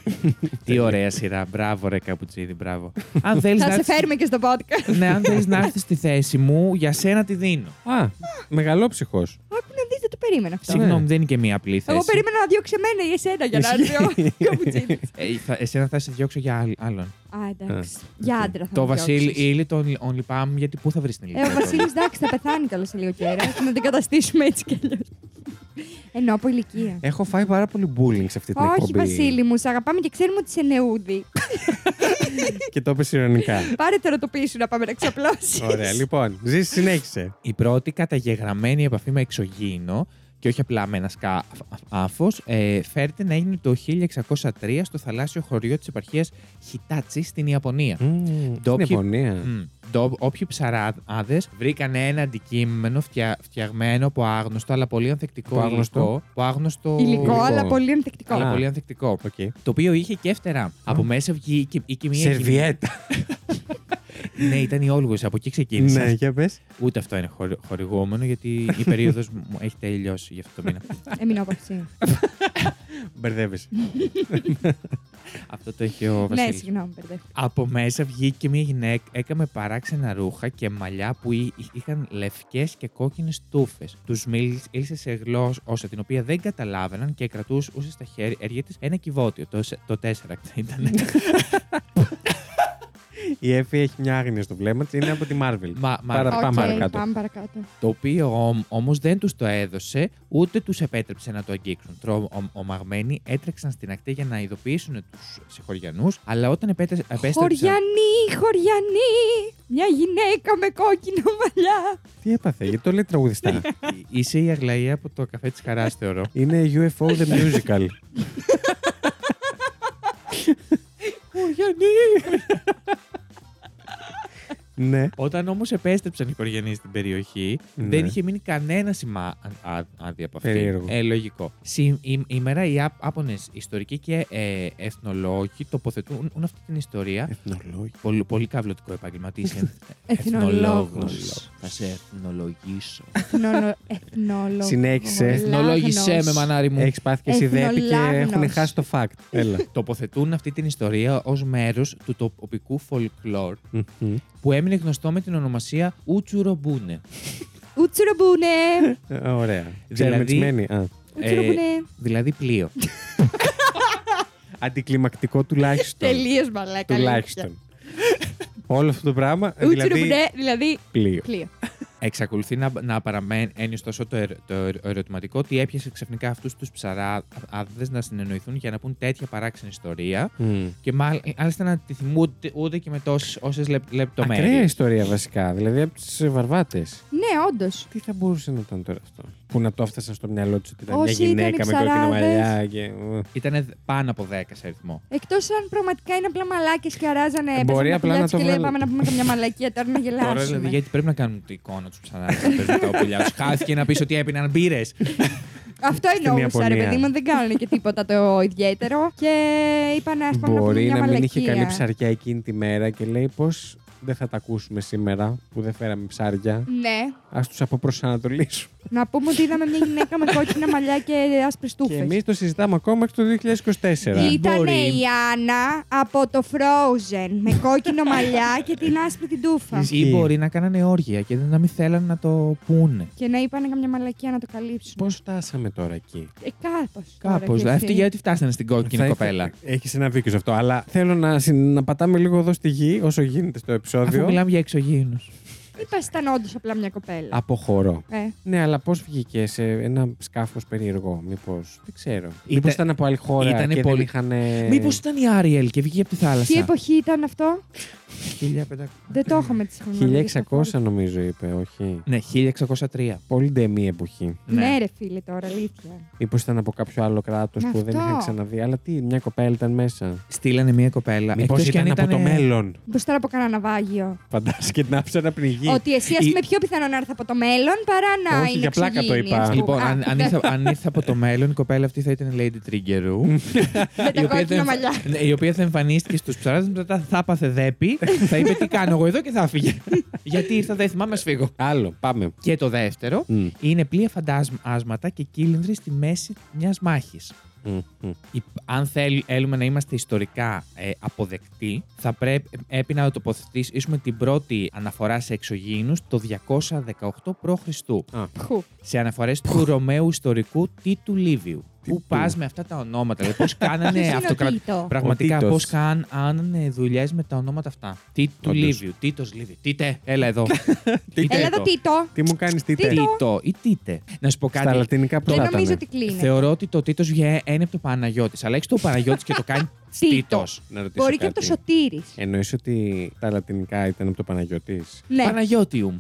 C: Τι ωραία σειρά. Μπράβο, ρε Καπουτσίδη, μπράβο. Αν θέλει
B: Θα
C: να,
B: σε
C: έρθεις-
B: φέρουμε και στο podcast.
C: <laughs> ναι, αν θέλεις να έρθεις στη θέση μου, για σένα τη δίνω.
A: Α, μεγαλόψυχος.
B: Άκου να δείτε δεν το περίμενα αυτό.
C: Συγγνώμη, δεν είναι και μία απλή θέση.
B: ναι. Εγώ περίμενα να διώξει εμένα ή εσένα για να
A: Εσύ.
B: <laughs> έρθει ο καπουτσίνο.
C: Ε, θα- εσένα θα σε διώξω για άλλ- άλλον.
B: Α, εντάξει.
A: Ε,
B: Για
A: οκ.
B: άντρα θα
C: το
B: με
C: Βασίλη
B: διώξεις.
C: Ήλι τον, τον λυπάμαι γιατί πού θα βρεις την
B: Ε, ο
C: ηλικία.
B: Βασίλης, εντάξει, θα πεθάνει καλά σε λίγο καιρό. Θα τον αντικαταστήσουμε έτσι κι αλλιώς. Εννοώ από ηλικία.
A: Έχω φάει πάρα πολύ bullying σε αυτή Ε, την
B: Όχι,
A: εκπομπή.
B: Βασίλη μου, σε αγαπάμε και ξέρουμε ότι είσαι νεούδη.
A: Και το είπες ηρωνικά.
B: <laughs> Πάρε τώρα το πίσω να πάμε να ξαπλώσει.
A: Ωραία, λοιπόν. Ζήσει, συνέχισε.
C: Η πρώτη καταγεγραμμένη επαφή με εξωγήινο και όχι απλά με ένα σκά- άφος, ε, φέρεται να έγινε το 1603 στο θαλάσσιο χωριό της επαρχίας Χιτάτσι στην Ιαπωνία.
A: Μμμ, Στην
C: Ντόπιοι-
A: Ιαπωνία.
C: Μμ. Το- Όποιοι ψαράδες βρήκαν ένα αντικείμενο φτια- φτιαγμένο από άγνωστο αλλά πολύ ανθεκτικό
A: Από άγνωστο.
C: υλικό. Από άγνωστο
B: Υλικό,
A: Υλικό.
B: αλλά πολύ
C: αλλά
A: Α.
B: ενθεκτικό.
C: πολύ ανθεκτικό.
A: Οκ.
C: Το οποίο είχε και φτερά. Από μέσα βγήκε και μια.
A: Σερβιέτα.
C: Ναι, ήταν η Όλγος. Από εκεί ξεκίνησε.
A: Ναι, για πες.
C: Ούτε αυτό είναι χορη- χορηγόμενο, γιατί η περίοδος μου <laughs> έχει τελειώσει για αυτό το μήνα.
B: Έμεινε άποψη.
A: Μπερδεύεσαι.
C: αυτό το έχει ο
B: Ναι,
C: Βασίλης.
B: συγγνώμη, μπερδεύτηκα.
C: Από μέσα βγήκε μια γυναίκα, έκαμε παράξενα ρούχα και μαλλιά που εί- είχαν λευκές και κόκκινες τούφες. Τους μίλησε σε γλώσσα την οποία δεν καταλάβαιναν και κρατούσε στα χέρια τη ένα κυβότιο. Το, σε- το 4 <laughs> ήταν.
B: Ναι.
A: Η Εφη έχει μια άγνοια στο βλέμμα της. Είναι από τη Marvel.
C: Μα- μα-
A: Παρα- πάμε
B: Οκ,
A: παρακάτω.
B: πάμε παρακάτω.
C: το οποίο όμ- όμως δεν τους το έδωσε, ούτε τους επέτρεψε να το αγγίξουν. Τρομαγμένοι έτρεξαν στην ακτή για να ειδοποιήσουν τους συγχωριανούς, αλλά όταν επέτε- επέστρεψαν...
B: Χωριανή, χωριανή, μια γυναίκα με κόκκινο μαλλιά.
A: Τι έπαθε, γιατί το λέει τραγουδιστά.
C: Ε, Είσαι η Αγλαία από το καφέ της χαράς, θεωρώ.
A: Είναι UFO The Musical. ναι.
C: Όταν όμως επέστρεψαν οι χωριανοί στην περιοχή,
A: Ναι.
C: δεν είχε μείνει κανένα σημάδι από αυτή.
A: Περίεργο.
C: Ε, λογικό. Σήμερα οι Άπ- Άπωνες ιστορικοί και ε, εθνολόγοι τοποθετούν αυτή την ιστορία
A: Εθνολόγοι.
C: Πολύ, πολύ καυλωτικό επάγγελμα. Τι είσαι <laughs>
B: Εθνολόγος.
C: Θα σε εθνολογήσω.
B: Εθνολο- Εθνόλογο.
A: Συνέχισε.
C: <laughs> Εθνολόγησέ με, μανάρι μου.
A: Έχεις πάθει και εσύ δέπη και
B: Εθνολάγνος.
A: έχουν χάσει το fact. Έλα.
C: Τοποθετούν αυτή την ιστορία ως μέρος του τοπικού folklore
A: Μμμ.
C: που έμεινε γνωστό με την ονομασία Ούτσουρομπούνε.
B: Ούτσουρομπούνε.
A: Ε, Ωραία.
C: Δηλαδή-
A: Ξέρουμε τι σημαίνει. Α.
B: Ούτσουρομπούνε.
C: δηλαδή <laughs> πλοίο.
A: Αντικλιμακτικό τουλάχιστον.
B: Τελείως μαλάκα. αλήθεια.
A: τουλάχιστον. Όλο αυτό το πράγμα. Δηλαδή.
B: Ούτσουρομπούνε, δηλαδή
A: Πλοίο.
B: πλοίο.
C: Εξακολουθεί να, να παραμένει ωστόσο το, ερω- το ερω- ερωτηματικό ότι έπιασε ξαφνικά αυτούς τους ψαράδε να συνεννοηθούν για να πούν τέτοια παράξενη ιστορία.
A: Μμ.
C: Και μάλ- μάλιστα να τη θυμούνται ούτε και με τόσε λεπτομέρειες.
A: Ακραία ιστορία βασικά. Δηλαδή από του βαρβάτες.
B: Ναι, όντως.
A: Τι θα μπορούσε να ήταν τώρα αυτό. Που να το έφτασαν στο μυαλό τους ότι ήταν μια
B: Όσοι ήταν
A: γυναίκα με κόκκινα
B: ψαράδες.
A: μαλλιά. Και...
C: Ήταν πάνω από 10 σε αριθμό.
B: Εκτός αν πραγματικά είναι απλά μαλάκες και αράζανε.
A: Ε, Μπορεί
B: έπαιζαν τα
A: απλά να
B: πουλιά τους
A: το
B: και λέει,
A: βγάλουν.
B: Πάμε να πούμε καμιά μαλακία τώρα να γελάσουμε.
C: Τώρα δηλαδή, γιατί πρέπει να κάνουν την εικόνα τους ξανά. να παίζουν τα όπλια τους. Χάθηκε να πεις ότι έπιναν μπύρες.
B: Αυτό εννοούσα, ρε
A: Ιαπωνία.
B: παιδί μου, δεν κάνανε και τίποτα το ιδιαίτερο. Και είπαν, α
A: Μπορεί
B: πούμε, να, πούμε μια
A: να μην
B: μαλακία.
A: είχε καλή ψαριά εκείνη τη μέρα και λέει πως δεν θα τα ακούσουμε σήμερα που δεν φέραμε ψάρια.
B: Ναι,
A: Ας τους αποπροσανατολίσουμε.
B: να πούμε ότι είδαμε μια γυναίκα με κόκκινα μαλλιά και άσπρες
A: και
B: τούφες.
A: εμείς το συζητάμε ακόμα και το 2024.
B: Ήταν
C: Μπορεί.
B: η Άννα από το Frozen με κόκκινο μαλλιά και την άσπρη την τούφα.
C: Ή μπορεί να κάνανε όργια και να μην θέλανε να το πούνε.
B: και να είπανε καμιά μαλακία να το καλύψουν.
A: Πώς φτάσαμε τώρα εκεί.
B: Ε, Κάπως.
C: Κάπω. Αυτή γιατί φτάσανε στην κόκκινη κοπέλα.
A: Έχεις ένα δίκιο σε αυτό. Αλλά θέλω να, συ- να πατάμε λίγο εδώ στη γη όσο γίνεται στο
C: Αφού
A: επεισόδιο.
C: μιλάμε για εξωγήινους.
B: Είπα ήταν όντως απλά μια κοπέλα.
A: Από χώρο.
B: Ε,
A: Ναι, αλλά πώς βγήκε σε ένα σκάφος περίεργο, μήπως. Δεν ξέρω. Μήπως ήταν από άλλη χώρα
C: Ήτανε
A: και
C: πολύ-
A: δεν είχαν.
C: Μήπως ήταν η Άριελ και βγήκε από τη
B: τι
C: θάλασσα.
B: εποχή ήταν αυτό,
C: 1500.
B: δεν το έχω με τις χρονολογίες
A: 1600
B: καθόλου.
A: νομίζω είπε, όχι.
C: Ναι, 1603.
A: Πολύ ντεμή εποχή.
B: Ναι, ρε φίλε τώρα, αλήθεια.
A: Μήπως ήταν από κάποιο άλλο κράτος που
B: Αυτό.
A: δεν είχαν ξαναδεί. Αλλά τι, μια κοπέλα ήταν μέσα.
C: Στείλανε μία κοπέλα.
A: Μήπως
C: Εκτός
A: ήταν,
C: κι αν
A: από το
C: ήτανε-
A: μέλλον.
B: Μπροστά από κανένα ναυάγιο.
A: Φαντάζεσαι και την άφησε να πνιγεί.
B: Ότι εσύ, ας
A: η-
B: πούμε, πιο πιθανό να έρθει από το μέλλον παρά να
A: Όχι,
B: είναι
A: για πλάκα το
B: εξωγήινη,
A: είπα.
B: ας πούμε.
C: Λοιπόν,
B: Α,
C: αν, αν,
B: δεν-
C: ήρθε, αν ήρθε από το μέλλον, η κοπέλα αυτή θα ήταν Lady Triggeroo.
B: Με τα κόκκινα μαλλιά.
C: ναι, η οποία θα εμφανίστηκε στους ψαράδες, μετά θα πάθε δέπη, θα είπε τι κάνω εγώ εδώ και θα
B: <laughs>
C: έφυγε. Γιατί ήρθα, δεν θυμάμαι, ας φύγω.
A: Άλλο, πάμε.
C: Και το δεύτερο
A: Μμ.
C: είναι πλοία φαντάσματα και κύλινδροι στη μέση μιας μάχης.
A: Μμμ, μμμ.
C: η- αν θέλ- θέλουμε να είμαστε ιστορικά ε, αποδεκτοί, θα πρέπει έπρεπε να τοποθετήσουμε την πρώτη αναφορά σε εξωγήινους το 218 π.Χ.
A: Α,
B: Χου.
C: σε αναφορές του Ρωμαίου ιστορικού Τίτου Λίβιου. Πού
A: Τίτου.
C: πας με αυτά τα ονόματα, δηλαδή πώς
B: <laughs> Ποιος
C: κάνανε
B: είναι ο
C: αυτοκρατορίες.
B: Τίτο?
C: Πραγματικά,
A: Ο Τίτος.
C: πώ κάνανε δουλειέ ε, με τα ονόματα αυτά. Τι του
A: Όντως.
C: Λίβιου, Τίτος Λίβιου, Τίτε, έλα εδώ.
A: <laughs> Τίτε.
B: Έλα εδώ, Τίτο.
A: τι μου κάνεις, τι
B: Τίτο.
C: Τίτο ή Τίτε. Να σου πω
A: Στα
C: κάτι.
A: λατινικά που
B: Δεν
A: θα
B: νομίζω
A: ήταν.
B: ότι κλείνει.
C: Θεωρώ ότι το Τίτος βγαίνει από το Παναγιώτης. Αλλά έχεις το Παναγιώτης και το κάνει
B: <laughs> Τίτο.
C: Τίτος.
A: Να ρωτήσω
B: Μπορεί και από
A: κάτι.
B: το Σωτήρι.
A: Εννοείς ότι τα λατινικά ήταν από το Παναγιώτης.
B: Ναι,
C: Παναγιώτιουμ.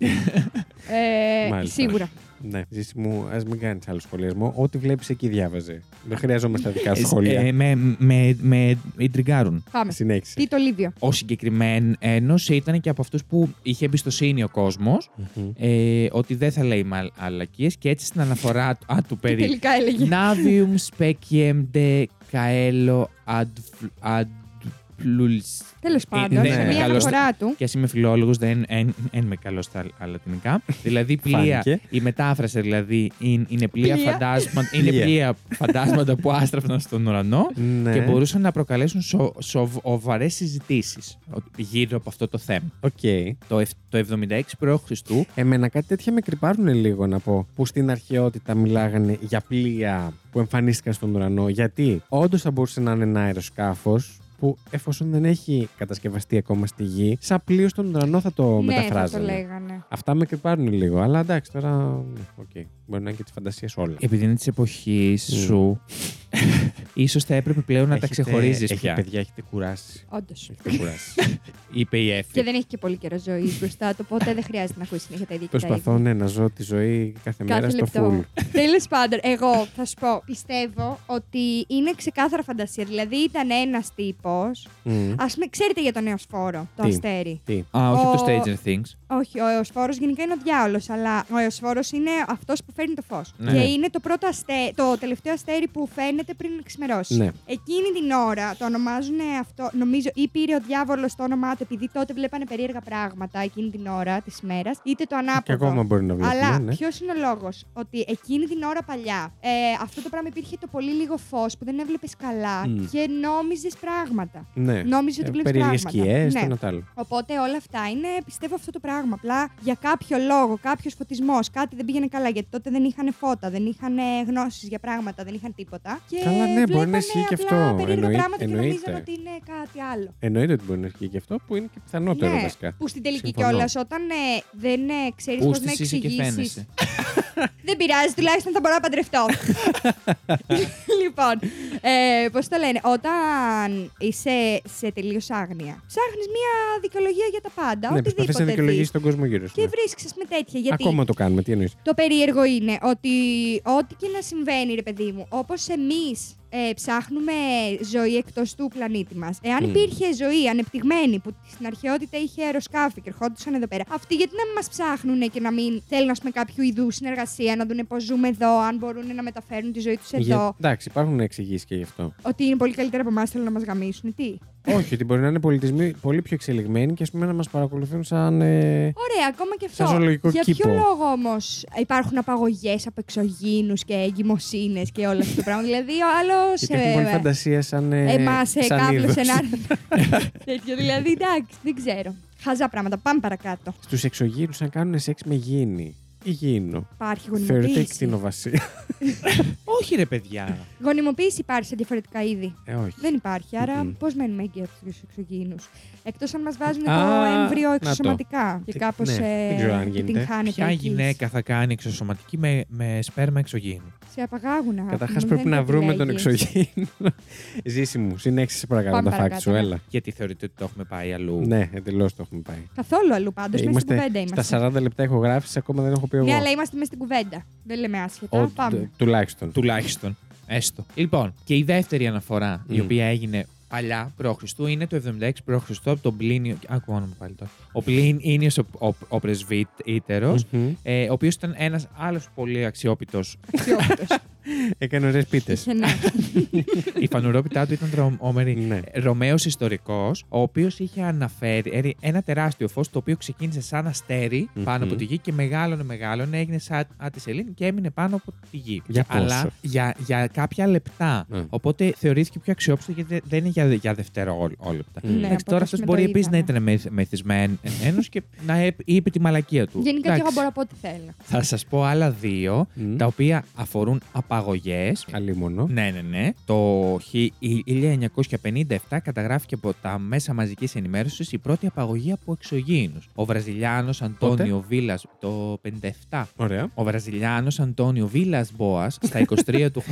B: ε,
A: Μάλιστα.
B: σίγουρα.
A: Ναι. Ζήση μου, ας μην κάνεις άλλο σχολιασμό. Ό,τι βλέπεις εκεί διάβαζε. Δεν χρειαζόμαστε δικά σου σχόλια.
C: Ε, με, με, με ιντριγκάρουν.
A: <laughs>
B: Πάμε.
A: Συνέχισε.
B: Τίτο Λίβιο.
C: Ο συγκεκριμένο ήταν και από αυτούς που είχε εμπιστοσύνη ο κόσμος
A: Μμμ.
C: ε, ότι δεν θα λέει μαλακίε και έτσι στην αναφορά του- α, του
B: Τι
C: περί
B: τελικά έλεγε.
C: Navium speciem de caelo ad- adpluls.
B: Τέλο πάντων,
A: ναι,
B: σε
A: ναι.
B: μία
A: Καλώς-
B: αναφορά του.
C: Και ας είμαι φιλόλογος, δεν εν, εν είμαι καλός στα α- λατινικά.
A: <laughs>
C: δηλαδή, πλοία,
A: Φάνηκε.
C: η μετάφραση δηλαδή είναι, είναι πλοία,
B: Πλοία.
C: φαντάσματα, είναι
A: Πλοία.
C: πλοία φαντάσματα που άστραφναν στον ουρανό
A: Ναι.
C: και μπορούσαν να προκαλέσουν σο, σοβαρές συζητήσεις γύρω από αυτό το θέμα.
A: Οκ.
C: Το, εφ- το 76 π.Χ.
A: Εμένα κάτι τέτοια με κρυπάρουν λίγο να πω. Που στην αρχαιότητα μιλάγανε για πλοία που εμφανίστηκαν στον ουρανό. Γιατί όντως θα μπορούσε να είναι ένα αεροσκάφος που εφόσον δεν έχει κατασκευαστεί ακόμα στη γη, σαν πλοίο στον ουρανό θα το
B: Ναι, θα το
A: μεταφράζανε.
B: λέγανε.
A: Αυτά με κρυπάρουν λίγο. Αλλά εντάξει, τώρα. ναι, Οκ. Μπορεί να είναι και της φαντασίας όλα.
C: επειδή είναι της εποχής σου, <laughs> ίσως θα έπρεπε πλέον να τα
A: Έχετε-
C: ξεχωρίζεις
A: έχει-
C: πια.
A: Παιδιά, έχετε κουράσει.
B: Όντως.
A: Έχετε κουράσει.
C: είπε η Εφη.
B: Και δεν έχει και πολύ καιρό ζωή μπροστά του, οπότε δεν χρειάζεται να ακούσει συνέχεια τα ίδια και τα ίδια.
A: Προσπαθώ ναι, να ζω τη ζωή κάθε, μέρα
B: Κάθε
A: στο full.
B: λεπτό. <laughs> Τέλος πάντων, εγώ θα σου πω, πιστεύω ότι είναι ξεκάθαρα φαντασία. Δηλαδή, ήταν ένας τύπος.
A: Μμμ.
B: Ας πούμε, ξέρετε για τον Εωσφόρο, το
A: Τι?
B: αστέρι.
A: Τι.
C: Α, όχι το
B: Ο-
C: Stranger Things.
B: Όχι, ο Εωσφόρο γενικά είναι ο διάολος, αλλά ο Εωσφόρο είναι αυτός που φέρνει το φως.
C: Ναι.
B: Και είναι το, πρώτο αστέ... το τελευταίο αστέρι που φαίνεται πριν ξημερώσει.
A: Ναι.
B: Εκείνη την ώρα το ονομάζουν αυτό, νομίζω, ή πήρε ο διάβολος το όνομά του, επειδή τότε βλέπανε περίεργα πράγματα εκείνη την ώρα της μέρας, είτε το ανάποδο.
A: Και ακόμα μπορεί να βλέπουμε.
B: Αλλά
A: ναι.
B: ποιος είναι ο λόγος. Ότι εκείνη την ώρα παλιά ε, αυτό το πράγμα υπήρχε το πολύ λίγο φως που δεν έβλεπες καλά
A: Μμ.
B: και νόμιζες πράγματα.
A: Ναι.
B: Νόμιζες ότι
A: Ε,
B: βλέπεις
A: Περίεργες
B: πράγματα.
A: σκιές,
B: Ναι.
A: το ένα το άλλο.
B: Οπότε όλα αυτά είναι, πιστεύω, αυτό το πράγμα. Απλά για κάποιο λόγο, κάποιος φωτισμός, κάτι δεν πήγαινε καλά. Γιατί τότε δεν είχαν φώτα, δεν είχαν γνώσεις για πράγματα, δεν είχαν τίποτα. Και
A: Καλά, ναι, μπορεί να
B: βλέπανε
A: ισχύει και
B: απλά
A: αυτό.
B: Περίεργα
A: Εννοεί-
B: πράγματα και νομίζαν
A: εννοείται.
B: ότι είναι κάτι άλλο.
A: Εννοείται ότι μπορεί να ισχύει και αυτό που είναι και πιθανότερο
B: ναι,
A: βασικά.
B: που στην τελική
A: Συμφωνώ.
B: κιόλας όταν ε, δεν ε, ξέρεις πώς να
C: Ούστης είσαι και
B: εξηγήσεις.
C: φαίνεσαι.
B: Δεν πειράζει, τουλάχιστον θα μπορώ να
A: <laughs>
B: παντρευτώ. λοιπόν, ε, πώς το λένε, όταν είσαι σε τελείως άγνοια, ψάχνεις μια δικαιολογία για τα πάντα.
A: ναι, προσπαθείς
B: οτιδήποτε.
A: να
B: δεις.
A: δικαιολογήσει τον κόσμο γύρω σου.
B: Και
A: ναι.
B: βρίσκεσαι με τέτοια. Γιατί
A: Ακόμα το κάνουμε, τι εννοείς.
B: το περίεργο είναι ότι ό,τι και να συμβαίνει, ρε παιδί μου, όπως εμείς ψάχνουμε ζωή εκτός του πλανήτη μας. Εάν
A: Μμμ.
B: υπήρχε ζωή ανεπτυγμένη που στην αρχαιότητα είχε αεροσκάφη και ερχόντουσαν εδώ πέρα, αυτοί γιατί να μην μας ψάχνουν και να μην θέλουν, ας πούμε, κάποιο είδου συνεργασία, να δουν πώς ζούμε εδώ, αν μπορούν να μεταφέρουν τη ζωή τους εδώ.
A: Εντάξει, υπάρχουν εξηγήσεις και γι' αυτό.
B: Ότι είναι πολύ καλύτερα από εμάς, θέλουν να μας γαμίσουν. Τι.
A: Όχι, ότι μπορεί να είναι πολιτισμοί πολύ πιο εξελιγμένοι και ας πούμε να μας παρακολουθούν σαν. ε,
B: Ωραία, ακόμα και αυτό.
A: Σαν ζωολογικό
B: Για
A: κήπο.
B: ποιο λόγο όμως υπάρχουν απαγωγές από εξωγήνου και εγκυμοσύνες και όλο αυτό το πράγμα. δηλαδή, ο άλλος.
A: Γιατί έχουν πολλή φαντασία σαν. ε,
B: Εμάς ε,
A: σαν είδος.
B: κάβλωσε ένα
A: <laughs>
B: τέτοιο. Δηλαδή, εντάξει, δεν ξέρω. Χαζά πράγματα. Πάμε παρακάτω.
A: Στους εξωγήνου να κάνουν σεξ με γήινη. Ή γήινο.
B: Υπάρχει
A: Θεωρείται
B: γονιμοποίηση. <laughs>
A: εκτινοβασία.
C: Όχι ρε παιδιά.
B: Γονιμοποίηση υπάρχει σε διαφορετικά είδη.
A: Ε, όχι.
B: Δεν υπάρχει, άρα
A: Μμμ.
B: πώς μένουμε έγκυα από του εξωγήινους. Εκτός αν μας βάζουν το
A: Α,
B: έμβριο
A: να το.
B: εξωσωματικά και
A: Τι-
B: κάπως
A: ναι, δεν ξέρω αν γίνεται.
B: την χάνεται.
C: Ποια
B: εκεί.
C: γυναίκα θα κάνει εξωσωματική με, με σπέρμα εξωγήινου.
B: Σε απαγάγουνα. αγάπη
A: Καταρχά
B: μου,
A: πρέπει
B: δεν
A: να
B: το
A: βρούμε τον
B: επιλέγεις.
A: εξωγήινο. Ζήση μου, συνέχισε σε παρακαλώ
B: Πάμε
A: τα φάκ
B: παρακάτω,
A: σου,
B: ναι.
A: έλα.
C: Γιατί θεωρείτε ότι το έχουμε πάει αλλού.
A: Ναι, εντελώς το έχουμε πάει.
B: Καθόλου αλλού πάντως.
A: Ε,
B: Μέσα στην κουβέντα είμαστε.
A: στα 40 λεπτά έχω γράψει, ακόμα δεν έχω πει εγώ.
B: Ναι, αλλά είμαστε μέσα στην κουβέντα. Δεν λέμε άσχετα.
A: Ο-
B: Πάμε.
A: τ- Τουλάχιστον.
C: Τουλάχιστον. Έστω. Λοιπόν, και η δεύτερη αναφορά, η
A: Μμ.
C: οποία έγινε παλιά π.Χ. είναι το 76 π.Χ. από τον Πλίνιο. Ακούω όνομα πάλι τώρα. Ο Πλίνιο ο, ο, ο πρεσβύτερο,
A: Μμμ.
C: ε, ο οποίος ήταν ένας άλλος πολύ αξιόπιτος
B: Αξιόπιτος.
A: Έκανε ωραίες πίτες.
B: Είχε,
A: <laughs>
B: ναι.
C: Η φανουρόπιτά του ήταν τρομόμενη.
A: Ναι.
C: Ρωμαίος ιστορικός, ο οποίος είχε αναφέρει ένα τεράστιο φως το οποίο ξεκίνησε σαν αστέρι
A: Μμμ.
C: πάνω από τη γη και μεγάλωνε, μεγάλωνε, έγινε σαν άτι σελήνη και έμεινε πάνω από τη γη.
A: Για πόσο?
C: Αλλά για, για κάποια λεπτά.
A: Ναι.
C: Οπότε θεωρήθηκε πιο αξιόπιστο γιατί δε- δεν είναι για, για δευτερόλεπτα.
A: Ναι,
C: Εντάξει,
B: από
C: τώρα
B: ό,τι
C: αυτό
B: με
C: μπορεί
B: το
C: επίσης να
B: είδαμε.
C: ήταν μεθ- μεθυσμένος και να έπ- είπε τη μαλακία του.
B: Γενικά και εγώ
C: Εντάξει.
B: μπορώ να πω ό,τι θέλω.
C: Θα σας πω άλλα δύο,
A: Μμ.
C: τα οποία αφορούν απαγωγέ.
A: Καλή μόνο.
C: Ναι, ναι, ναι. Το χι- η- 1957 καταγράφηκε από τα μέσα μαζικής ενημέρωσης η πρώτη απαγωγή από εξωγήινους. Ο Βραζιλιάνος Αντώνιο Βίλας το 57.
A: Ωραία.
C: Ο Βραζιλιάνος Αντώνιο Βίλας Μπόας στα 23 του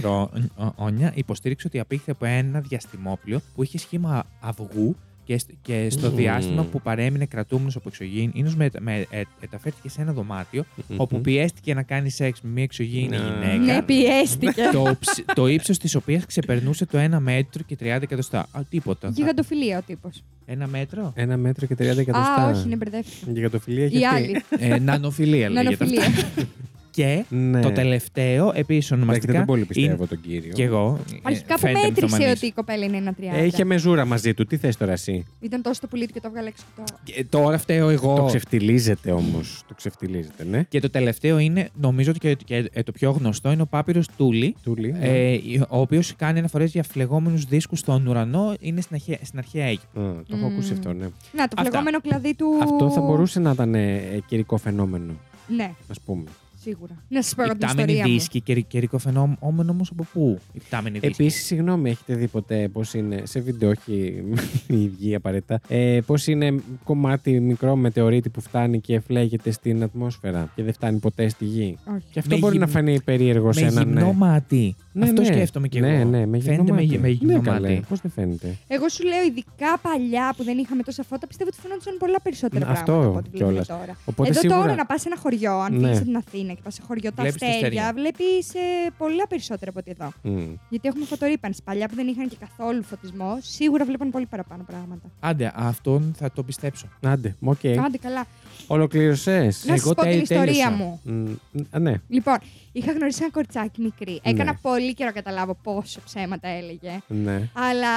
C: χρόνια υποστήριξε ότι απήχθη από ένα διαστημόπλιο που είχε σχήμα αυγού και, σ- και στο
A: Μμμ.
C: διάστημα που παρέμεινε κρατούμενος από εξωγήινου, με, με, ε, μεταφέρθηκε σε ένα δωμάτιο όπου πιέστηκε να κάνει σεξ με μια εξωγήινη
A: Ναι.
C: γυναίκα
B: Ναι,
A: <laughs>
B: <laughs> πιέστηκε.
C: το, ψ- το ύψος της οποίας ξεπερνούσε το 1 μέτρο και 30 εκατοστά. Α, τίποτα.
B: Γιγαντοφιλία ο τύπος.
C: Ένα μέτρο.
A: Ένα μέτρο και 30 εκατοστά.
B: Α, όχι, είναι μπερδεύτηκα.
A: Γιγαντοφιλία
B: Η
A: γιατί.
B: άλλη.
C: ε, νανοφιλία λέγεται.
B: Νανοφιλία.
C: αυτό. Και
A: Ναι.
C: το τελευταίο, επίσης
A: Εντάξει,
C: ονομαστικά.
A: δεν πολύ
C: είναι-
A: πιστεύω τον κύριο.
C: Κι εγώ. ε,
B: Αρχικά που
C: φαίνεται
B: μέτρησε
C: μυθομανής.
B: ότι η κοπέλα είναι ένα 30.
A: Ε, Είχε μεζούρα μαζί του. Τι θες τώρα εσύ.
B: Ήταν τόσο το πουλί του και το έβγαλε έξω. το-
C: Και Ε, τώρα φταίω εγώ.
A: Το ξεφτιλίζεται όμως. Το ξεφτιλίζεται, ναι.
C: Και το τελευταίο είναι, νομίζω ότι και, και, ε, το πιο γνωστό είναι ο Πάπυρος Τούλη.
A: Τούλη. ναι.
C: Ε, η- ο οποίος κάνει αναφορές για φλεγόμενους δίσκους στον ουρανό, είναι στην, αρχαία- στην αρχαία Αίγυπτο.
A: Α, Ε, το έχω
B: Μμμ.
A: ακούσει αυτό, ναι.
B: Να, το
C: Αυτά.
B: φλεγόμενο κλαδί του.
A: Αυτό θα μπορούσε να ήταν ε, ε, καιρικό φαινόμενο,
B: Ναι,
A: ας πούμε.
B: σίγουρα. Να σας πω εγώ την
C: Υπτάμενοι
B: ιστορία. μου.
C: δίσκοι και καιρικό φαινόμενο όμως από πού. Υπτάμενοι δίσκοι.
A: Επίσης, συγγνώμη, έχετε δει ποτέ πώς είναι. Σε βίντεο, όχι <laughs> η ίδια απαραίτητα. Ε, πώς είναι κομμάτι μικρό μετεωρίτη που φτάνει και φλέγεται στην ατμόσφαιρα και δεν φτάνει ποτέ στη γη.
B: Όχι.
A: Και αυτό
C: Με
A: μπορεί
C: γυμ-
A: να φανεί περίεργο σε
C: με
A: έναν.
C: γυμνό μάτι.
A: Ναι,
C: Αυτό
A: ναι.
C: σκέφτομαι και
A: Ναι,
C: εγώ.
A: ναι, με
C: Φαίνεται με, γυ- με γυμνό μάτι.
A: Πώς δεν φαίνεται.
B: Εγώ σου λέω, ειδικά παλιά που δεν είχαμε τόσα φώτα, πιστεύω ότι φαινόντουσαν πολλά περισσότερα
A: Ναι, αυτό
B: πράγματα από ό,τι βλέπουμε
A: κιόλας.
B: τώρα.
A: Οπότε
B: Εδώ
A: σίγουρα.
B: τώρα να πας σε ένα χωριό, αν
A: Ναι.
B: φύγεις από την Αθήνα και πας σε χωριό τα
C: Βλέπεις τα
B: αστέρια,
C: αστέρια.
B: βλέπεις πολλά περισσότερα από ό,τι εδώ.
A: Μμ.
B: Γιατί έχουμε φωτορύπανση. Παλιά που δεν είχαν και καθόλου φωτισμό, σίγουρα βλέπαν πολύ παραπάνω πράγματα.
C: Άντε, αυτόν θα το πιστέψω.
A: Άντε, οκ.
B: Κάντε καλά.
A: Ολοκλήρωσες.
B: Να σα
C: εγώ
B: πω την
C: τέλει-
B: ιστορία
C: τέλειωσα.
B: μου.
A: Ναι.
B: Λοιπόν, είχα γνωρίσει ένα κοριτσάκι μικρή. Έκανα
A: Ναι.
B: πολύ καιρό να καταλάβω πόσο ψέματα έλεγε.
A: Ναι.
B: Αλλά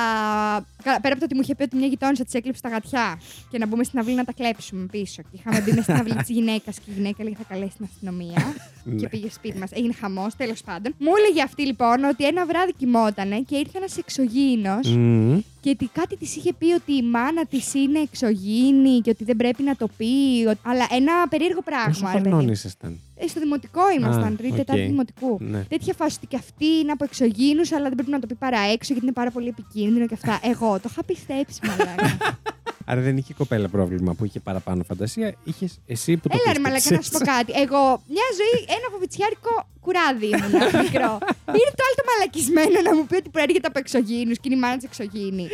B: κα- πέρα από το ότι μου είχε πει ότι μια γειτόνισσα της έκλεψε τα γατιά και να μπούμε στην αυλή να τα κλέψουμε πίσω. Και είχαμε μπει μέσα στην αυλή της γυναίκας και η γυναίκα λέει θα καλέσει την αστυνομία. και
A: Ναι.
B: πήγε σπίτι μας. Έγινε χαμός, τέλος πάντων. Μου έλεγε αυτή λοιπόν ότι ένα βράδυ κοιμότανε και ήρθε ένας εξωγήινος
A: Μμ.
B: και ότι κάτι της είχε πει ότι η μάνα της είναι εξωγήινη και ότι δεν πρέπει να το πει. ο- Αλλά ένα περίεργο
A: Πόσο
B: πράγμα. ρε παιδί.
A: κανόνε ήταν.
B: Ε, στο δημοτικό ήμασταν,
A: Α,
B: τρίτη,
A: οκ.
B: τετάρτη δημοτικού.
A: Ναι.
B: Τέτοια φάση ότι και αυτή είναι από εξωγήινου, αλλά δεν πρέπει να το πει παρά έξω γιατί είναι πάρα πολύ επικίνδυνο και αυτά. Εγώ το είχα πιστέψει, μαλάκα.
A: Άρα δεν είχε η κοπέλα πρόβλημα που είχε παραπάνω φαντασία. Είχες εσύ που το
B: Έλα ρε μαλάκα, να
A: πίστεψες.
B: σου πω κάτι. Εγώ μια ζωή ένα φοβητσιάρικο κουράδι ήμουν
A: <laughs>
B: μικρό. Ήρθε το άλλο το μαλακισμένο να μου πει ότι προέρχεται από εξωγήινους και είναι η μάνα της εξωγήινη.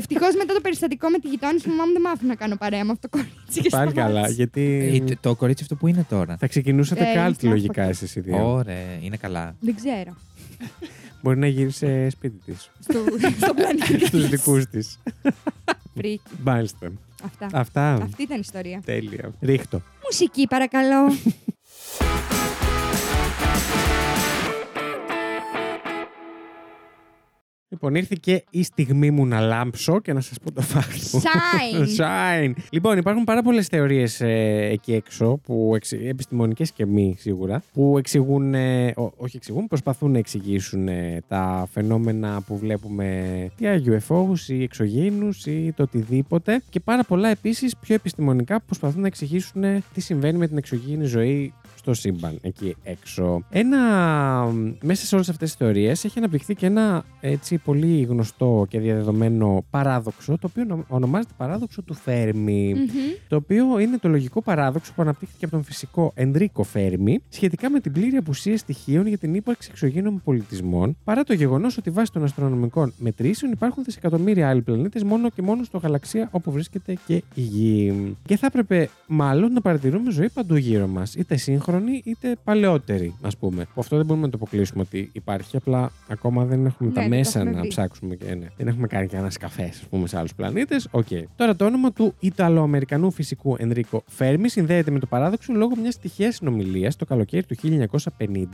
B: Ευτυχώς μετά το περιστατικό με τη γειτόνισσα μου, μάμα μου δεν μ' άφηνε να κάνω παρέα με αυτό το κορίτσι. και
A: <laughs> Πάλι
B: σταμάτησε.
A: καλά, γιατί.
C: Ε, τ- το κορίτσι αυτό που είναι τώρα.
A: Θα ξεκινούσατε
B: Ε,
A: κάλτ
B: ήμασταν
A: λογικά
B: άφοποι.
A: εσείς οι δύο.
C: Ωραία, είναι καλά.
B: Δεν ξέρω.
A: Μπορεί να γύρισε σπίτι της.
B: <laughs> Στο,
A: <laughs>
B: στον πλανήτη.
A: Στους δικούς της.
B: Φρίκι.
A: Μάλιστα.
B: Αυτά.
A: Αυτά.
B: Αυτή ήταν η ιστορία.
A: Τέλεια. Ρίχτω.
B: Μουσική παρακαλώ.
A: <laughs> Λοιπόν, ήρθε και η στιγμή μου να λάμψω και να σας πω τα φάχτη μου.
B: Shine.
A: <laughs> Shine. Λοιπόν, υπάρχουν πάρα πολλές θεωρίες εκεί έξω, που επιστημονικές και μη σίγουρα, που εξηγούν, ε, ό- όχι εξηγούν, προσπαθούν να εξηγήσουν ε, τα φαινόμενα που βλέπουμε για UFOs ή εξωγήινους ή το οτιδήποτε. Και πάρα πολλά επίσης πιο επιστημονικά που προσπαθούν να εξηγήσουν ε, τι συμβαίνει με την εξωγήινη ζωή στο σύμπαν εκεί έξω. Ένα, μ, μέσα σε όλες αυτές τις θεωρίες έχει αναπτυχθεί και ένα έτσι πολύ γνωστό και διαδεδομένο παράδοξο, το οποίο νο- ονομάζεται παράδοξο του Φέρμι.
B: Μμμ.
A: Το οποίο είναι το λογικό παράδοξο που αναπτύχθηκε από τον φυσικό Ενρίκο Φέρμι σχετικά με την πλήρη απουσία στοιχείων για την ύπαρξη εξωγήνων πολιτισμών, παρά το γεγονός ότι βάσει των αστρονομικών μετρήσεων υπάρχουν δισεκατομμύρια άλλοι πλανήτες μόνο και μόνο στο γαλαξία όπου βρίσκεται και η Γη. Και θα έπρεπε μάλλον να παρατηρούμε ζωή παντού γύρω μας, είτε σύγχρονη είτε παλαιότερη, ας πούμε. Αυτό δεν μπορούμε να το αποκλείσουμε ότι υπάρχει, απλά ακόμα δεν έχουμε
B: Ναι,
A: τα
B: δεν το
A: μέσα
B: έχουμε
A: να
B: βρει.
A: ψάξουμε και ναι. Δεν έχουμε κάνει κανένας καφές, ας πούμε, σε άλλους πλανήτες. Οκ. Τώρα το όνομα του Ιταλοαμερικανού φυσικού Ενρίκο Φέρμη συνδέεται με το παράδοξο λόγω μιας τυχαίας συνομιλίας το καλοκαίρι του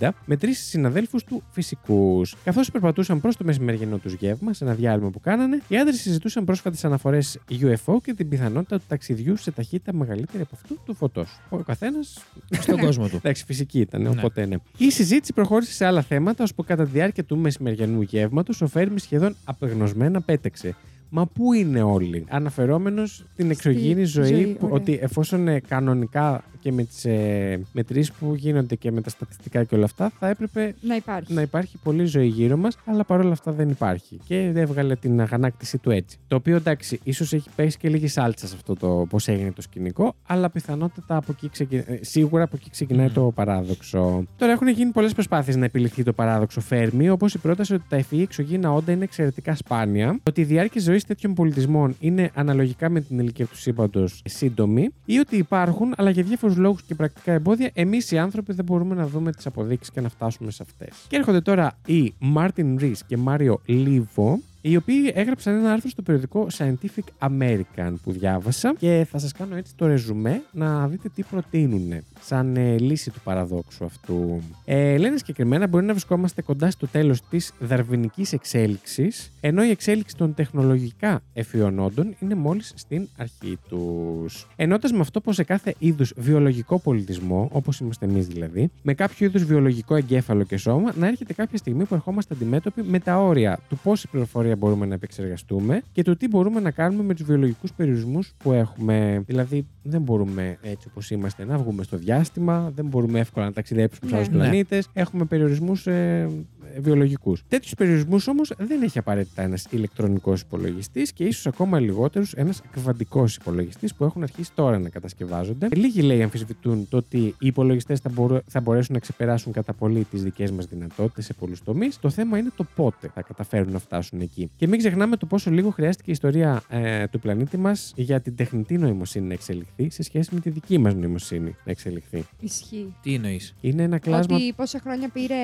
A: 1950 με τρεις συναδέλφους του φυσικούς. Καθώς περπατούσαν προς το μεσημεριανό τους γεύμα, σε ένα διάλειμμα που κάνανε, οι άντρες συζητούσαν πρόσφατες αναφορές UFO και την πιθανότητα του ταξιδιού σε ταχύτητα μεγαλύτερη από αυτού του φωτός. Ο καθένας
C: Στον
A: <laughs>
C: κόσμο του.
A: Εντάξει, φυσική ήταν,
C: Ναι.
A: οπότε ναι. Η συζήτηση προχώρησε σε άλλα θέματα, ώσπου κατά τη διάρκεια του μεσημεριανού γεύματος ο Φέρμης σχεδόν απεγνωσμένα πέταξε. Μα πού είναι όλοι, αναφερόμενος στην εξωγήινη ζωή,
B: ζωή,
A: που,
B: ωραία.
A: ότι εφόσον ε, κανονικά και με τις ε, μετρήσεις που γίνονται και με τα στατιστικά και όλα αυτά, θα έπρεπε
B: Να υπάρχει.
A: να υπάρχει πολλή ζωή γύρω μας, αλλά παρόλα αυτά δεν υπάρχει. Και έβγαλε την αγανάκτησή του έτσι. Το οποίο εντάξει, ίσως έχει πέσει και λίγη σάλτσα σε αυτό το πώς έγινε το σκηνικό, αλλά πιθανότατα από εκεί ξεκι... ε, σίγουρα από εκεί ξεκινάει
C: Μμμ.
A: το παράδοξο. Τώρα έχουν γίνει πολλές προσπάθειες να επιληθεί το παράδοξο Φέρμη, όπως η πρόταση ότι τα ευφυή εξωγήινα όντα είναι εξαιρετικά σπάνια, ότι η διάρκεια ζωής τέτοιων πολιτισμών είναι αναλογικά με την ηλικία του σύμπαντος σύντομη, ή ότι υπάρχουν, αλλά για διάφορους λόγους και πρακτικά εμπόδια, εμείς οι άνθρωποι δεν μπορούμε να δούμε τις αποδείξεις και να φτάσουμε σε αυτές. Και έρχονται τώρα οι Μάρτιν Ρι και Μάριο Λίβο, οι οποίοι έγραψαν ένα άρθρο στο περιοδικό Scientific American που διάβασα και θα σας κάνω έτσι το ρεζουμέ να δείτε τι προτείνουν σαν ε, λύση του παραδόξου αυτού. Ε, λένε συγκεκριμένα μπορεί να βρισκόμαστε κοντά στο τέλος της δαρβινικής εξέλιξης ενώ η εξέλιξη των τεχνολογικά εφιών όντων είναι μόλις στην αρχή τους. Ενώντας με αυτό πως σε κάθε είδους βιολογικό πολιτισμό, όπως είμαστε εμείς δηλαδή, με κάποιο είδους βιολογικό εγκέφαλο και σώμα, να έρχεται κάποια στιγμή που ερχόμαστε αντιμέτωποι με τα όρια του πόση πληροφορία μπορούμε να επεξεργαστούμε και του τι μπορούμε να κάνουμε με τους βιολογικούς περιορισμούς που έχουμε. Δηλαδή, δεν μπορούμε έτσι όπως είμαστε να βγούμε στο διάστημα, δεν μπορούμε εύκολα να ταξιδέψουμε σε
B: Ναι.
A: άλλους
C: Ναι.
A: πλανήτες. Έχουμε περιορισμούς ε, βιολογικούς. Τέτοιους περιορισμούς όμως δεν έχει απαραίτητα ένας ηλεκτρονικός υπολογιστής και ίσως ακόμα λιγότερους ένας κβαντικό υπολογιστής που έχουν αρχίσει τώρα να κατασκευάζονται. Λίγοι λέει αμφισβητούν το ότι οι υπολογιστές θα, μπορέ- θα μπορέσουν να ξεπεράσουν κατά πολύ τις δικές μας δυνατότητες σε πολλούς τομείς. Το θέμα είναι το πότε θα καταφέρουν να φτάσουν εκεί. Και μην ξεχνάμε το πόσο λίγο χρειάστηκε η ιστορία ε, του πλανήτη μας για την τεχνητή νοημοσύνη να εξελιχθεί σε σχέση με τη δική μας νοημοσύνη να εξελιχθεί.
B: Ισχύει.
C: Τι εννοείς.
A: Είναι ένα κλάσμα
B: Ότι πόσα χρόνια πήρε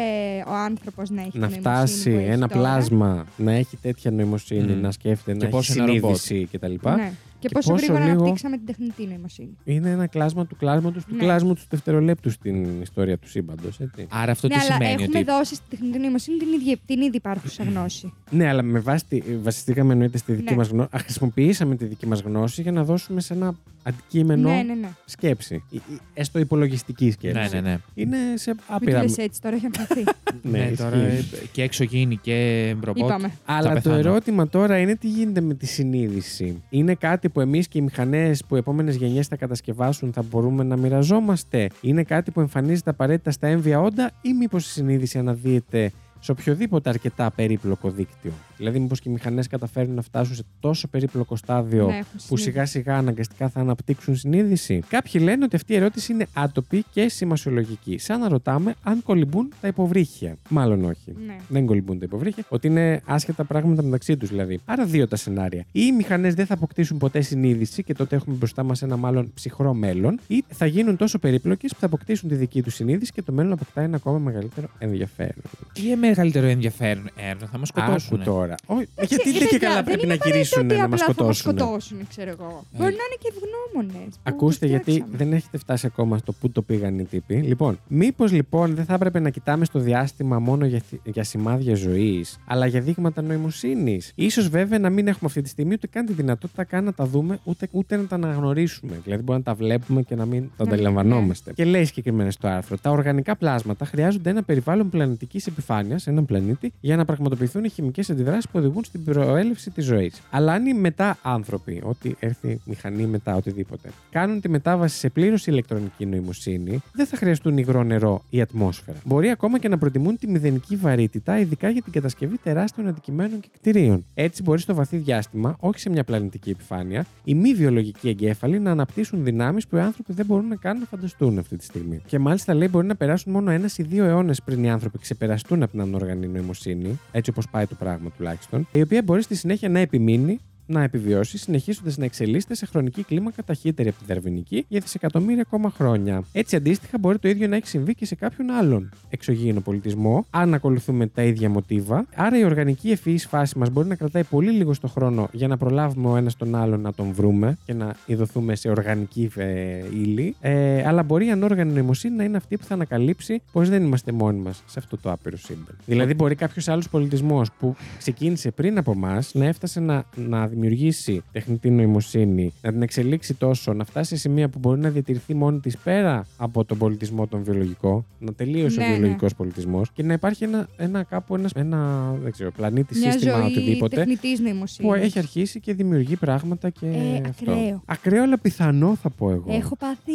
B: ο άνθρωπος να έχει
A: να
B: την νοημοσύνη
A: φτάσει
B: που έχει
A: ένα
B: τώρα.
A: πλάσμα να έχει τέτοια νοημοσύνη,
C: Μμμ.
A: να σκέφτεται,
C: Και
A: να έχει
C: πόσο ένα ρομπότ.
A: συνείδηση κτλ.
B: Ναι. Και,
A: Και
B: πόσο,
A: πόσο
B: γρήγορα
A: λίγο-
B: αναπτύξαμε την τεχνητή νοημοσύνη.
A: Είναι ένα κλάσμα του κλάσματος του
B: Ναι.
A: κλάσματος του δευτερολέπτου στην ιστορία του σύμπαντος.
C: Άρα αυτό
B: ναι,
C: τι
B: αλλά
C: σημαίνει
B: έχουμε
C: ότι.
B: δώσει στην τεχνητή νοημοσύνη την ίδια, την ήδη υπάρχουσα γνώση.
A: Ναι, αλλά με βάση τη- βασιστήκαμε εννοείται στη δική
B: Ναι.
A: μας γνώση. Χρησιμοποιήσαμε τη δική μας γνώση για να δώσουμε σε ένα αντικείμενο
B: ναι, ναι, ναι.
A: σκέψη. Ή- ή- Έστω υπολογιστική σκέψη.
C: Ναι, ναι, ναι.
A: Είναι σε
B: Μην το
A: άπειρα.
B: λες έτσι, τώρα έχει
A: <laughs>
B: αμφιθεί.
C: ναι τώρα
A: ισχύει.
C: ε, και εξωγήινη και ρομπότ.
B: Είπαμε.
C: Θα
A: Αλλά το
C: πεθάνω.
A: ερώτημα τώρα είναι τι γίνεται με τη συνείδηση. Είναι κάτι που εμείς και οι μηχανές που οι επόμενες γενιές θα κατασκευάσουν θα μπορούμε να μοιραζόμαστε. Είναι κάτι που εμφανίζεται απαραίτητα στα έμβια όντα ή μήπως η συνείδηση αναδύεται σε οποιοδήποτε αρκετά περίπλοκο δίκτυο. Δηλαδή, μήπως και οι μηχανές καταφέρνουν να φτάσουν σε τόσο περίπλοκο στάδιο
B: Ναι, έχουν
A: που
B: συνείδηση.
A: σιγά σιγά αναγκαστικά θα αναπτύξουν συνείδηση. Κάποιοι λένε ότι αυτή η ερώτηση είναι άτοπη και σημασιολογική. Σαν να ρωτάμε αν κολυμπούν τα υποβρύχια. Μάλλον όχι.
B: Ναι.
A: Δεν κολυμπούν τα υποβρύχια. Ότι είναι άσχετα πράγματα μεταξύ τους δηλαδή. Άρα δύο τα σενάρια. Ή οι μηχανές δεν θα αποκτήσουν ποτέ συνείδηση και τότε έχουμε μπροστά μας ένα μάλλον ψυχρό μέλλον. Ή θα γίνουν τόσο περίπλοκες που θα αποκτήσουν τη δική τους συνείδηση και το μέλλον αποκτά ένα ακόμα μεγαλύτερο ενδιαφέρον.
C: Τι μεγαλύτερο ενδιαφέρον έρευνα, θα μας
A: Άκου
C: σκοτώσουν.
A: τώρα. Ό,
B: Εντάξει,
A: γιατί
B: ρε
A: δεν και
B: παιδιά,
A: καλά
B: δεν
A: πρέπει
B: είναι
A: να γυρίσουν
B: ότι
A: να
B: Ε, απλά
A: μα
B: θα μας
A: σκοτώσουν.
B: σκοτώσουν, ξέρω εγώ.
C: Ε.
B: Μπορεί να είναι και ευγνώμονες.
A: Ακούστε, γιατί δεν έχετε φτάσει ακόμα στο πού το πήγαν οι τύποι. Λοιπόν, μήπως λοιπόν δεν θα έπρεπε να κοιτάμε στο διάστημα μόνο για, θυ- για σημάδια ζωής, αλλά για δείγματα νοημοσύνης. σω βέβαια να μην έχουμε αυτή τη στιγμή ούτε καν τη δυνατότητα καν να τα δούμε, ούτε, ούτε να τα αναγνωρίσουμε. Δηλαδή, μπορούμε να τα βλέπουμε και να μην τα
B: Ναι,
A: αντιλαμβανόμαστε. Και λέει συγκεκριμένα στο άρθρο: Τα οργανικά πλάσματα χρειάζονται ένα περιβάλλον πλανητικής επιφάνειας, έναν πλανήτη, για να πραγματοποιηθούν οι χημικές αντιδράσεις που οδηγούν στην προέλευση της ζωής. Αλλά αν οι μετά άνθρωποι, ό,τι έρθει μηχανή μετά, οτιδήποτε, κάνουν τη μετάβαση σε πλήρως ηλεκτρονική νοημοσύνη, δεν θα χρειαστούν υγρό νερό ή ατμόσφαιρα. Μπορεί ακόμα και να προτιμούν τη μηδενική βαρύτητα, ειδικά για την κατασκευή τεράστιων αντικειμένων και κτηρίων. Έτσι μπορεί στο βαθύ διάστημα, όχι σε μια πλανητική επιφάνεια, οι μη βιολογικοί εγκέφαλοι να αναπτύσσουν δυνάμεις που οι άνθρωποι δεν μπορούν να κάνουν να φανταστούν αυτή τη στιγμή. Και μάλιστα λέει μπορεί να περάσουν μόνο ένας ή δύο αιώνες πριν οι άνθρωποι ξεπεραστούν από την ανοργανή νοημοσύνη, έτσι όπως πάει το πράγμα τουλάχιστον, η οποία μπορεί στη συνέχεια να επιμείνει να επιβιώσει, συνεχίζοντας να εξελίσσεται σε χρονική κλίμακα ταχύτερη από τη δαρβηνική για δισεκατομμύρια ακόμα χρόνια. Έτσι, αντίστοιχα, μπορεί το ίδιο να έχει συμβεί και σε κάποιον άλλον εξωγήινο πολιτισμό, αν ακολουθούμε τα ίδια μοτίβα. Άρα, η οργανική ευφυής φάση μας μπορεί να κρατάει πολύ λίγο στο χρόνο για να προλάβουμε ο ένας τον άλλον να τον βρούμε και να ειδωθούμε σε οργανική ε, ύλη. Ε, αλλά μπορεί η ανόργανη νοημοσύνη να είναι αυτή που θα ανακαλύψει πως δεν είμαστε μόνοι μας σε αυτό το άπειρο σύμπαν. Δηλαδή, μπορεί κάποιος άλλος πολιτισμός που ξεκίνησε πριν από εμά να έφτασε να, να δημιουργήσει τεχνητή νοημοσύνη, να την εξελίξει τόσο, να φτάσει σε σημεία που μπορεί να διατηρηθεί μόνη της πέρα από τον πολιτισμό τον βιολογικό, να τελείωσε
B: Ναι,
A: ο
B: ναι.
A: βιολογικός πολιτισμός και να υπάρχει ένα, ένα κάπου ένας, ένα δεν ξέρω, πλανήτη,
B: Μια
A: σύστημα,
B: ζωή
A: οτιδήποτε.
B: τεχνητής νοημοσύνης.
A: Που έχει αρχίσει και δημιουργεί πράγματα και.
B: Ε,
A: αυτό.
B: ακραίο.
A: Ακραίο, αλλά πιθανό θα πω εγώ.
B: Έχω πάθει.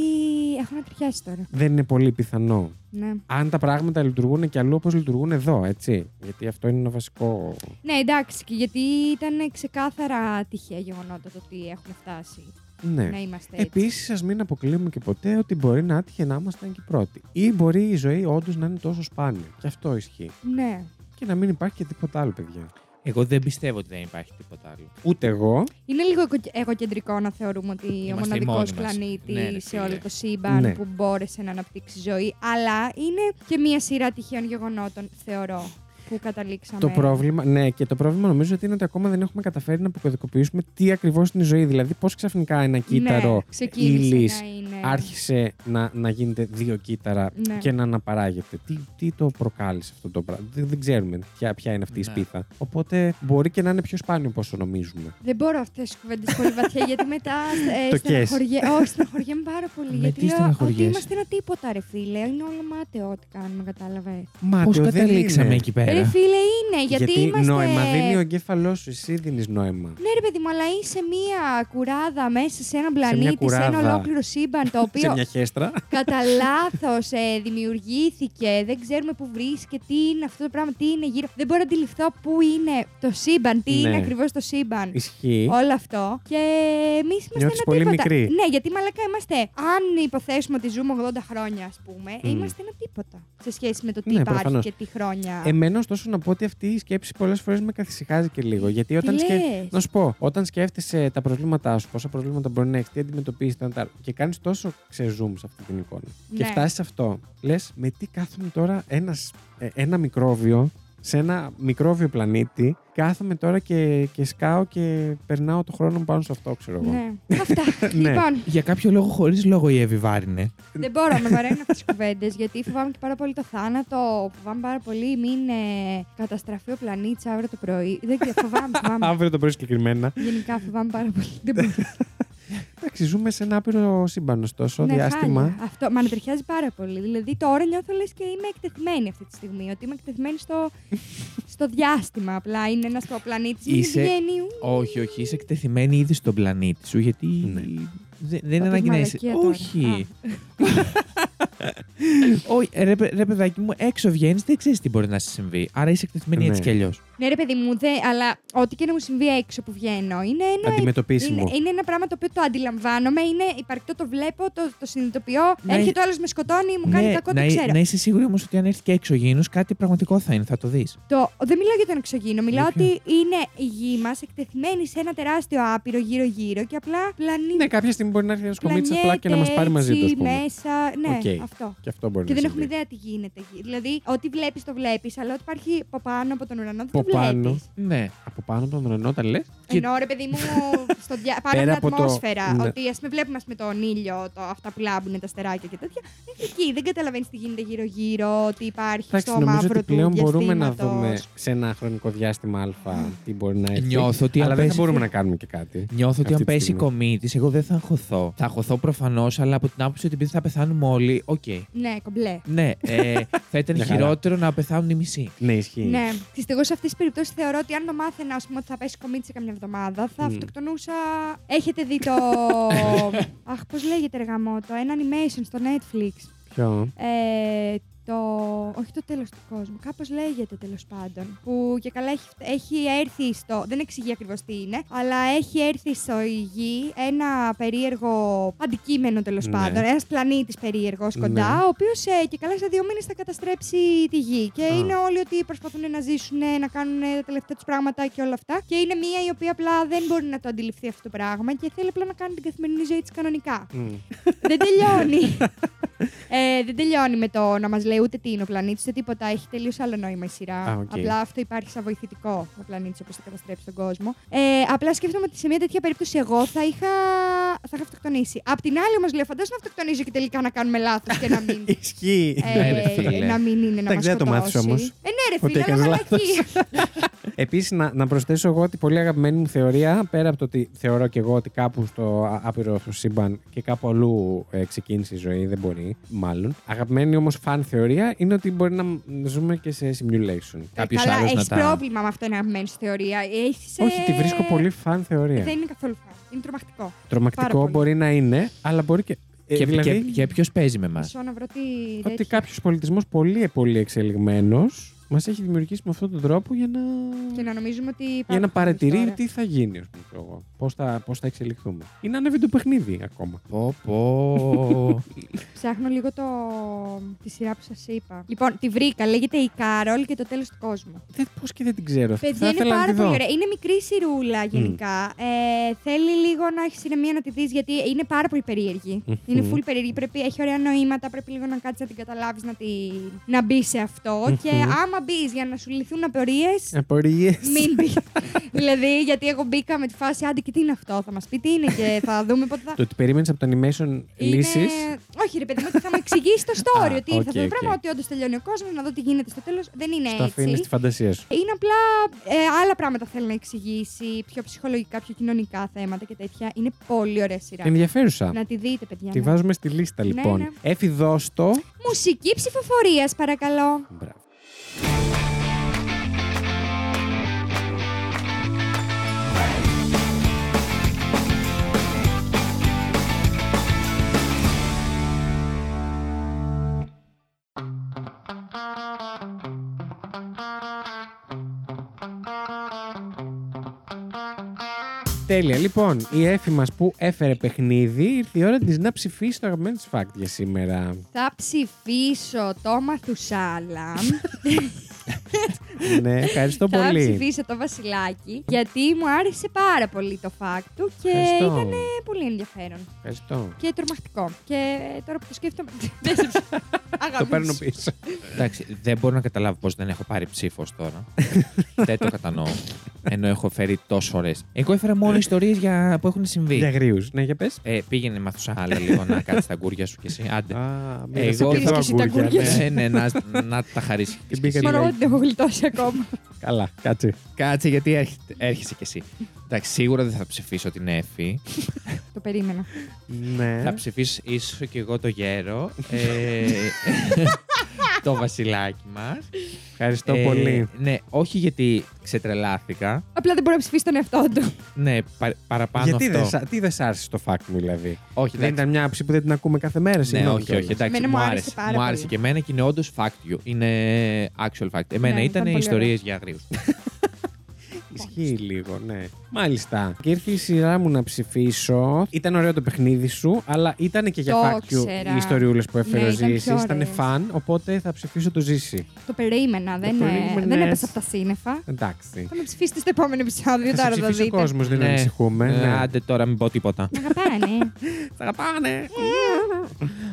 B: Έχω να τριχιάσει τώρα.
A: Δεν είναι πολύ πιθανό.
B: Ναι.
A: Αν τα πράγματα λειτουργούν και αλλού όπως λειτουργούν εδώ, έτσι. Γιατί αυτό είναι ένα βασικό.
B: ναι, εντάξει, και γιατί ήταν ξεκάθαρα τυχαία γεγονότα το ότι έχουμε φτάσει
A: Ναι.
B: να είμαστε έτσι.
A: Επίσης, ας μην αποκλείουμε και ποτέ ότι μπορεί να άτυχε να ήμασταν και πρώτοι. Ή μπορεί η ζωή όντως να είναι τόσο σπάνια. Και αυτό ισχύει.
B: Ναι.
A: Και να μην υπάρχει και τίποτα άλλο, παιδιά.
C: Εγώ δεν πιστεύω ότι δεν υπάρχει τίποτα άλλο.
A: Ούτε εγώ.
B: Είναι λίγο εγω- εγωκεντρικό να θεωρούμε ότι ο
C: Είμαστε οι μόνοι
B: μοναδικό
C: μας.
B: πλανήτης
C: Ναι, ρε
B: σε
C: φίλε.
B: όλο το σύμπαν
A: Ναι.
B: που μπόρεσε να αναπτύξει ζωή. Αλλά είναι και μία σειρά τυχαίων γεγονότων, θεωρώ, που καταλήξαμε.
A: Το πρόβλημα, ναι, και το πρόβλημα νομίζω ότι είναι ότι ακόμα δεν έχουμε καταφέρει να αποκωδικοποιήσουμε τι ακριβώς είναι η ζωή. Δηλαδή, πώς ξαφνικά ένα κύτταρο
B: ναι, ξεκίνησε
A: ύλης
B: να είναι.
A: άρχισε να, να γίνεται δύο κύτταρα
B: Ε. Ναι.
A: και να αναπαράγεται. Τι, τι το προκάλεσε αυτό το πράγμα. Δεν, δεν ξέρουμε ποια, ποια είναι αυτή η
C: Ναι.
A: σπίθα. Οπότε μπορεί και να είναι πιο σπάνιο από όσο νομίζουμε.
B: Δεν μπορώ αυτές τις κουβέντες πολύ βαθιά γιατί μετά. Ε,
A: Το
B: στεναχωριέ... Όχι, στεναχωριέμαι πάρα πολύ.
A: Με
B: γιατί
A: τι
B: λέω ότι
A: στεναχωριέσαι? είμαστε
B: είμαστε ένα τίποτα, ρε φίλε. Είναι όλο μάταιο ό,τι κάνουμε, κατάλαβες.
A: Μα
C: Πώ
A: το δεν
C: καταλήξαμε
A: είναι.
C: εκεί
B: Ρε
C: πέρα.
B: φίλε είναι, γιατί, είμαστε.
A: νόημα δίνει ο εγκέφαλός σου, εσύ δίνεις νόημα.
B: Ναι, ρε παιδί μου, αλλά είσαι μία κουράδα μέσα σε έναν
A: μια
B: πλανήτη, σε, ένα
A: κουράδα.
B: ολόκληρο σύμπαν το
A: <laughs> Σε
B: οποίο
A: μια χέστρα.
B: <laughs> κατά λάθος δημιουργήθηκε. Δεν ξέρουμε πού βρίσκεται, τι είναι αυτό το πράγμα, τι είναι γύρω. Δεν μπορώ να αντιληφθώ πού είναι το σύμπαν, τι
A: Ναι.
B: είναι ακριβώς το σύμπαν.
A: Ισχύει.
B: Όλο αυτό. Και εμείς είμαστε
A: Νιώθεις
B: ένα
A: πολύ
B: τίποτα.
A: μικρή.
B: Ναι, γιατί μαλακά είμαστε. Αν υποθέσουμε ότι ζούμε 80 χρόνια, ας πούμε,
A: Μμμ.
B: είμαστε ένα τίποτα σε σχέση με το τι
A: Ναι,
B: υπάρχει
A: προφανώς.
B: και τι χρόνια.
A: Εμένα, ωστόσο, να πω ότι αυτή η σκέψη πολλές φορές με καθησυχάζει και λίγο. Γιατί όταν,
B: Τι
A: σκέφ...
B: λες?
A: να σου πω, όταν σκέφτεσαι τα προβλήματά σου, πόσα προβλήματα μπορεί να έχεις, τι αντιμετωπίζεις, τα άλλα, και κάνεις τόσο ξεζούμ σε αυτή την εικόνα. Και
B: Ναι.
A: φτάσεις σε αυτό. Λες, με τι κάθομαι τώρα ένας, ε, ένα μικρόβιο σε ένα μικρόβιο πλανήτη. Κάθομαι τώρα και, και σκάω και περνάω το χρόνο μου πάνω σε αυτό, ξέρω εγώ.
B: ναι. Αυτά.
A: <laughs> Ναι.
B: λοιπόν,
C: Για κάποιο λόγο, χωρίς λόγο η Εύη βάρινε.
B: δεν μπορώ να βαραίνω αυτές τις κουβέντες γιατί φοβάμαι και πάρα πολύ το θάνατο. Φοβάμαι πάρα πολύ μην ε, καταστραφεί ο πλανήτης αύριο το πρωί. Δεν ξέρω,
C: <laughs>
B: φοβάμαι, φοβάμαι.
A: Αύριο το πρωί συγκεκριμένα.
B: Γενικά φοβάμαι πάρα πολύ. Δεν μπορώ.
A: Εντάξει, ζούμε σε ένα άπειρο σύμπαν, ωστόσο,
B: Ναι,
A: διάστημα.
B: χάλια. Αυτό με ανατριχιάζει πάρα πολύ. Δηλαδή τώρα νιώθω λες και είμαι εκτεθειμένη αυτή τη στιγμή. Ότι είμαι εκτεθειμένη στο, στο διάστημα. Απλά είναι ένας πλανήτη.
C: Είσαι-
B: Βγαίνει, ου.
C: όχι, όχι. Είσαι εκτεθειμένη ήδη στον πλανήτη σου, γιατί.
A: Ναι.
C: Δεν, δεν είναι
B: Ότι
C: ανάγκη να είσαι.
B: μαλακία τώρα.
C: Όχι. όχι ρε, παι- ρε, παιδάκι μου, έξω βγαίνεις, δεν ξέρεις τι μπορεί να σου συμβεί. Άρα είσαι εκτεθειμένη
A: Ναι.
C: έτσι κι αλλιώς.
B: Ναι, ρε παιδί μου, δε, αλλά ό,τι και να μου συμβεί έξω που βγαίνω είναι ένα.
A: Αντιμετωπίσιμο.
B: Ναι, Είναι, είναι ένα πράγμα το οποίο το αντιλαμβάνομαι, είναι υπαρκτό, το βλέπω, το, το συνειδητοποιώ.
C: Να- Ναι,
B: Έρχεται ο άλλος με σκοτώνει, μου κάνει κακό,
C: να,
B: το ξέρω.
C: να είσαι σίγουρη όμως ότι αν έρθει και εξωγήινο, κάτι πραγματικό θα είναι, θα το δεις.
B: Το, δεν μιλάω για τον εξωγήινο. Μιλάω
C: Για ποιο?
B: ότι είναι η γη μας εκτεθειμένη σε ένα τεράστιο άπειρο γύρω-γύρω και απλά πλανή.
A: Ναι, κάποια στιγμή μπορεί να έρθει ένας κομίτη απλά
B: Πλανιέται
A: και να μας πάρει μαζί τους, ας
B: έτσι
A: πούμε.
B: μέσα. Ναι,
A: Οκ.
B: αυτό.
A: Και αυτό μπορεί
B: Και
A: να
B: δεν έχουμε
A: συμβεί.
B: ιδέα τι γίνεται εκεί. Δηλαδή, ό,τι βλέπεις, το βλέπεις, αλλά ό,τι υπάρχει από πάνω από τον ουρανό δεν
A: Από
B: το
A: πάνω.
B: βλέπεις.
C: Ναι.
A: Από πάνω από τον ουρανό, τα λες.
C: Και-
B: Ενώ ρε
A: <laughs>
B: παιδί μου, στο δια... πάνω
A: Πέρα
B: από
A: από
B: την
A: το-
B: ατμόσφαιρα,
A: ναι.
B: ότι ας πούμε βλέπουμε ας πούμε, τον ήλιο, το, αυτά που λάμπουν τα στεράκια και τέτοια. Μέχρι εκεί δεν καταλαβαίνεις τι γίνεται γύρω-γύρω, ότι υπάρχει
A: Εντάξει,
B: στο
A: νομίζω
B: μαύρο
A: ότι
B: του
A: πλέον μπορούμε να
B: διαστήματος.
A: δούμε σε ένα χρονικό διάστημα Α τι μπορεί να έρθει.
C: Νιώθω ότι
A: Αλλά
C: αν
A: δεν θα
C: πέσει-
A: μπορούμε να κάνουμε και κάτι.
C: Νιώθω
A: Αυτή
C: ότι αν
A: τη
C: πέσει
A: στιγμή.
C: κομίτης, εγώ δεν θα αγχωθώ. Θα αγχωθώ προφανώς, αλλά από την άποψη ότι επειδή θα πεθάνουμε όλοι, οκ.
B: Ναι, κομπλέ.
C: Ναι, ε, θα
A: <laughs>
C: ήταν
A: Μια χαρά.
C: χειρότερο να πεθάνουν οι μισοί.
A: Ναι, ισχύει.
B: Ναι. Δυστυχώς σε αυτές τις περιπτώσεις θεωρώ ότι αν το μάθαινα ας πούμε, ότι θα πέσει κομίτη σε καμιά εβδομάδα, θα
A: Μμμ.
B: αυτοκτονούσα. Έχετε δει το.
A: <laughs>
B: Αχ, πώς λέγεται εργαμό, το ένα animation στο Netflix.
A: Ποιο.
B: Ε, Το, όχι το τέλος του κόσμου, κάπως λέγεται τέλος πάντων. Που και καλά έχει, έχει έρθει στο. Δεν εξηγεί ακριβώς τι είναι, αλλά έχει έρθει στο η γη ένα περίεργο αντικείμενο τέλος
A: Ναι.
B: πάντων. Ένας πλανήτης περίεργος κοντά,
A: Ναι.
B: ο οποίος και καλά σε δύο μήνες θα καταστρέψει τη γη. Και
A: Α.
B: είναι όλοι ότι προσπαθούν να ζήσουν, να κάνουν τα τελευταία τους πράγματα και όλα αυτά. Και είναι μία η οποία απλά δεν μπορεί να το αντιληφθεί αυτό το πράγμα και θέλει απλά να κάνει την καθημερινή ζωή της κανονικά.
A: Μμ.
B: δεν τελειώνει. ε, δεν τελειώνει με το να μας λέει ούτε τι είναι ο πλανήτης, ούτε τίποτα. Έχει τελείως άλλο νόημα η σειρά.
A: Α, οκ.
B: Απλά αυτό υπάρχει σαν βοηθητικό ο πλανήτης όπως θα καταστρέψει τον κόσμο. Ε, απλά σκέφτομαι ότι σε μια τέτοια περίπτωση εγώ θα είχα, θα είχα αυτοκτονήσει. Απ' την άλλη όμως λέω, φαντάζομαι να αυτοκτονίζω και τελικά να κάνουμε λάθος και να
A: <laughs>
B: μην.
A: <laughs> Ισχύει.
B: ε,
C: Ναι, ρε φίλε.
B: να μην είναι να
A: Εντάξει,
B: μας
A: δεν το μάθεις
B: σκοτώσει.
A: όμως.
B: Ε, ναι, ρε
A: Ότι
B: φίλε,
A: έκανες
B: αλλά
A: λάθος.
C: <laughs>
B: μαλακία.
A: Επίσης, να, να προσθέσω εγώ ότι πολύ αγαπημένη μου θεωρία, πέρα από το ότι θεωρώ και εγώ ότι κάπου στο α- άπειρο στο σύμπαν και κάπου αλλού ε, ξεκίνησε η ζωή, δεν μπορεί, μάλλον. Αγαπημένη όμως φαν θεωρία είναι ότι μπορεί να μ- ζούμε και σε simulation.
C: Κάποιο
B: Ε, Καλά,
C: άλλος να
B: έχεις
C: τα.
B: πρόβλημα με αυτό να μένει στη θεωρία. Έχεις, ε,
A: Όχι, τη βρίσκω πολύ φαν θεωρία.
B: Δεν είναι καθόλου φαν. Είναι τρομακτικό. πάρα
A: Τρομακτικό
B: πολύ.
A: μπορεί να είναι, αλλά μπορεί και. ε,
C: Και,
A: δηλαδή,
C: και, και ποιος παίζει με εμάς.
B: Μισό να βρω τι.
A: ότι
B: τέτοιο.
A: κάποιος πολιτισμός πολύ, πολύ εξελιγμένο μας έχει δημιουργήσει με αυτόν τον τρόπο για να.
B: Και να νομίζουμε ότι.
A: για να
B: υπάρχουν
A: παρατηρεί
B: τώρα.
A: τι θα γίνει, ας πούμε, εγώ. Πώς θα, πώς θα εξελιχθούμε. Είναι ένα βιντεοπαιχνίδι ακόμα.
C: Πω, πω.
B: Ψάχνω λίγο το... τη σειρά που σας είπα. Λοιπόν, τη βρήκα. Λέγεται Η Κάρολ και το τέλος του κόσμου.
A: Δεν, πώς και δεν την ξέρω αυτή.
B: Παιδιά,
A: Θα
B: είναι
A: ήθελα να
B: πάρα
A: τη δω. Mm.
B: πολύ ωραία. Είναι μικρή σιρούλα γενικά. Ε, θέλει λίγο να έχεις ηρεμία να τη δεις γιατί είναι πάρα πολύ περίεργη.
A: Μμμ.
B: Είναι full περίεργη. Πρέπει, έχει ωραία νοήματα. Πρέπει λίγο να κάτσεις να την καταλάβεις να, τη... να μπει σε αυτό.
A: Μμμ.
B: Και άμα μπεις για να σου λυθούν απορίες,
A: <laughs> Απορίες.
B: Μην μπει. δηλαδή, γιατί εγώ μπήκα με τη φάση, άντε και τι είναι αυτό, θα μας πει τι είναι και θα δούμε πότε θα.
A: Το ότι περίμενε από το animation
B: Είναι-
A: λύσεις.
B: Όχι, ρε παιδί μου, ότι θα μου εξηγήσει το story.
A: <laughs> Α,
B: ότι ήρθε
A: οκ,
B: αυτό το
A: οκ.
B: πράγμα, ότι όντως τελειώνει ο κόσμος, να δω τι γίνεται στο τέλος. Δεν είναι
A: Το αφήνει στη
B: έτσι.
A: φαντασία σου.
B: Είναι απλά ε, άλλα πράγματα θέλει να εξηγήσει, πιο ψυχολογικά, πιο κοινωνικά θέματα και τέτοια. Είναι πολύ ωραία σειρά.
A: Ενδιαφέρουσα.
B: Ναι. Να τη δείτε, παιδιά.
A: Τη
B: ναι.
A: βάζουμε στη λίστα
B: Ναι,
A: λοιπόν.
B: ναι.
A: Έφη, δώσ' το.
B: Μουσική ψηφοφορίας, παρακαλώ.
A: Μπράβο. Τέλεια. Λοιπόν, η Εφη μας που έφερε παιχνίδι, ήρθε η ώρα της να ψηφίσει το αγαπημένο της fact για σήμερα.
B: Θα ψηφίσω το Μαθουσάλα.
A: <laughs> ναι, ευχαριστώ
B: Θα
A: πολύ.
B: ψηφίσω το Βασιλάκι, γιατί μου άρεσε πάρα πολύ το φακ του και
A: Ευχαριστώ.
B: ήταν πολύ ενδιαφέρον
A: Ευχαριστώ.
B: και τρομακτικό. Και τώρα που το σκέφτομαι. δεν σε ψηφ- Αγάπη
A: Το παίρνω
B: μου.
A: πίσω.
C: Εντάξει, δεν μπορώ να καταλάβω πώς δεν έχω πάρει ψήφος
A: <laughs>
C: τώρα. δεν το κατανοώ. Ενώ έχω φέρει τόσο ωραίες. Εγώ έφερα μόνο ιστορίες που έχουν
A: Για
C: συμβεί.
A: γρήγορου. Ναι, για πες.
C: ε, πήγαινε μαθούσα άλλα λίγο να κάτσει τα γκούρια σου κι εσύ. Άντε.
A: Α,
C: Εγώ-
A: και
B: Πήρες και εσύ τα
A: αγκούρια, <laughs>
B: κουρδιά.
A: ναι.
C: ναι, ναι, να, να τα χαρίσεις.
A: Την πήγα
B: Μόνο εγώ
A: λίγο.
B: δεν έχω γλιτώσει ακόμα.
A: Καλά, κάτσε.
C: Κάτσε, γιατί έρχεται- έρχεσαι κι εσύ. Εντάξει, σίγουρα δεν θα ψηφίσω την Εφη.
B: το περίμενα.
A: Ναι.
C: θα ψηφίσω ίσως κι εγώ το γέρο. ε, το βασιλάκι μας.
A: Ευχαριστώ πολύ.
C: Ναι, όχι γιατί ξετρελάθηκα.
B: Απλά δεν μπορεί να ψηφίσει τον εαυτό του.
C: Ναι, πα- παραπάνω
A: Γιατί
C: αυτό.
A: δεν, σ' α- τι δεν σ' άρεσε το fact μου, δηλαδή.
C: Όχι,
A: Δεν
C: εντάξει.
A: ήταν μια άποψη που δεν την ακούμε κάθε μέρα,
C: Ναι,
A: συγγνώμη.
C: όχι, όχι. Εντάξει,
B: Εμένα
C: μου
B: μου άρεσε
C: άρεσε.
B: πάρα
C: Μου
B: πολύ.
C: άρεσε και εμένα και είναι όντως fact you. Είναι actual fact. Εμένα
B: Ναι, ήταν
C: ήταν
B: πολύ
C: ιστορίες για αγρίους.
A: Ισχύει λίγο, ναι. Μάλιστα. Και ήρθε η σειρά μου να ψηφίσω. Ήταν ωραίο το παιχνίδι σου, αλλά ήταν και για
B: Το
A: fact you
B: ξέρα.
A: οι ιστοριούλες που έφερε
B: Ναι,
A: ο
B: ήταν πιο
A: Ζήση. Ήταν
B: ωραίες.
A: φαν, οπότε θα ψηφίσω το Ζήση.
B: το περίμενα. δεν,
A: Το
B: ε,
A: περίμενες.
B: δεν έπεσα από τα σύννεφα.
A: Εντάξει.
B: Θα με ψηφίσετε στο επόμενο επεισόδιο,
A: Θα σε
B: τώρα θα
A: ψηφίσει ο
B: δείτε.
A: κόσμος, δεν
C: Ναι.
A: ανησυχούμε.
C: Ε,
A: Ναι.
C: Άντε τώρα, μην πω τίποτα.
B: Μ' αγαπάνε.
A: Τα αγαπάνε.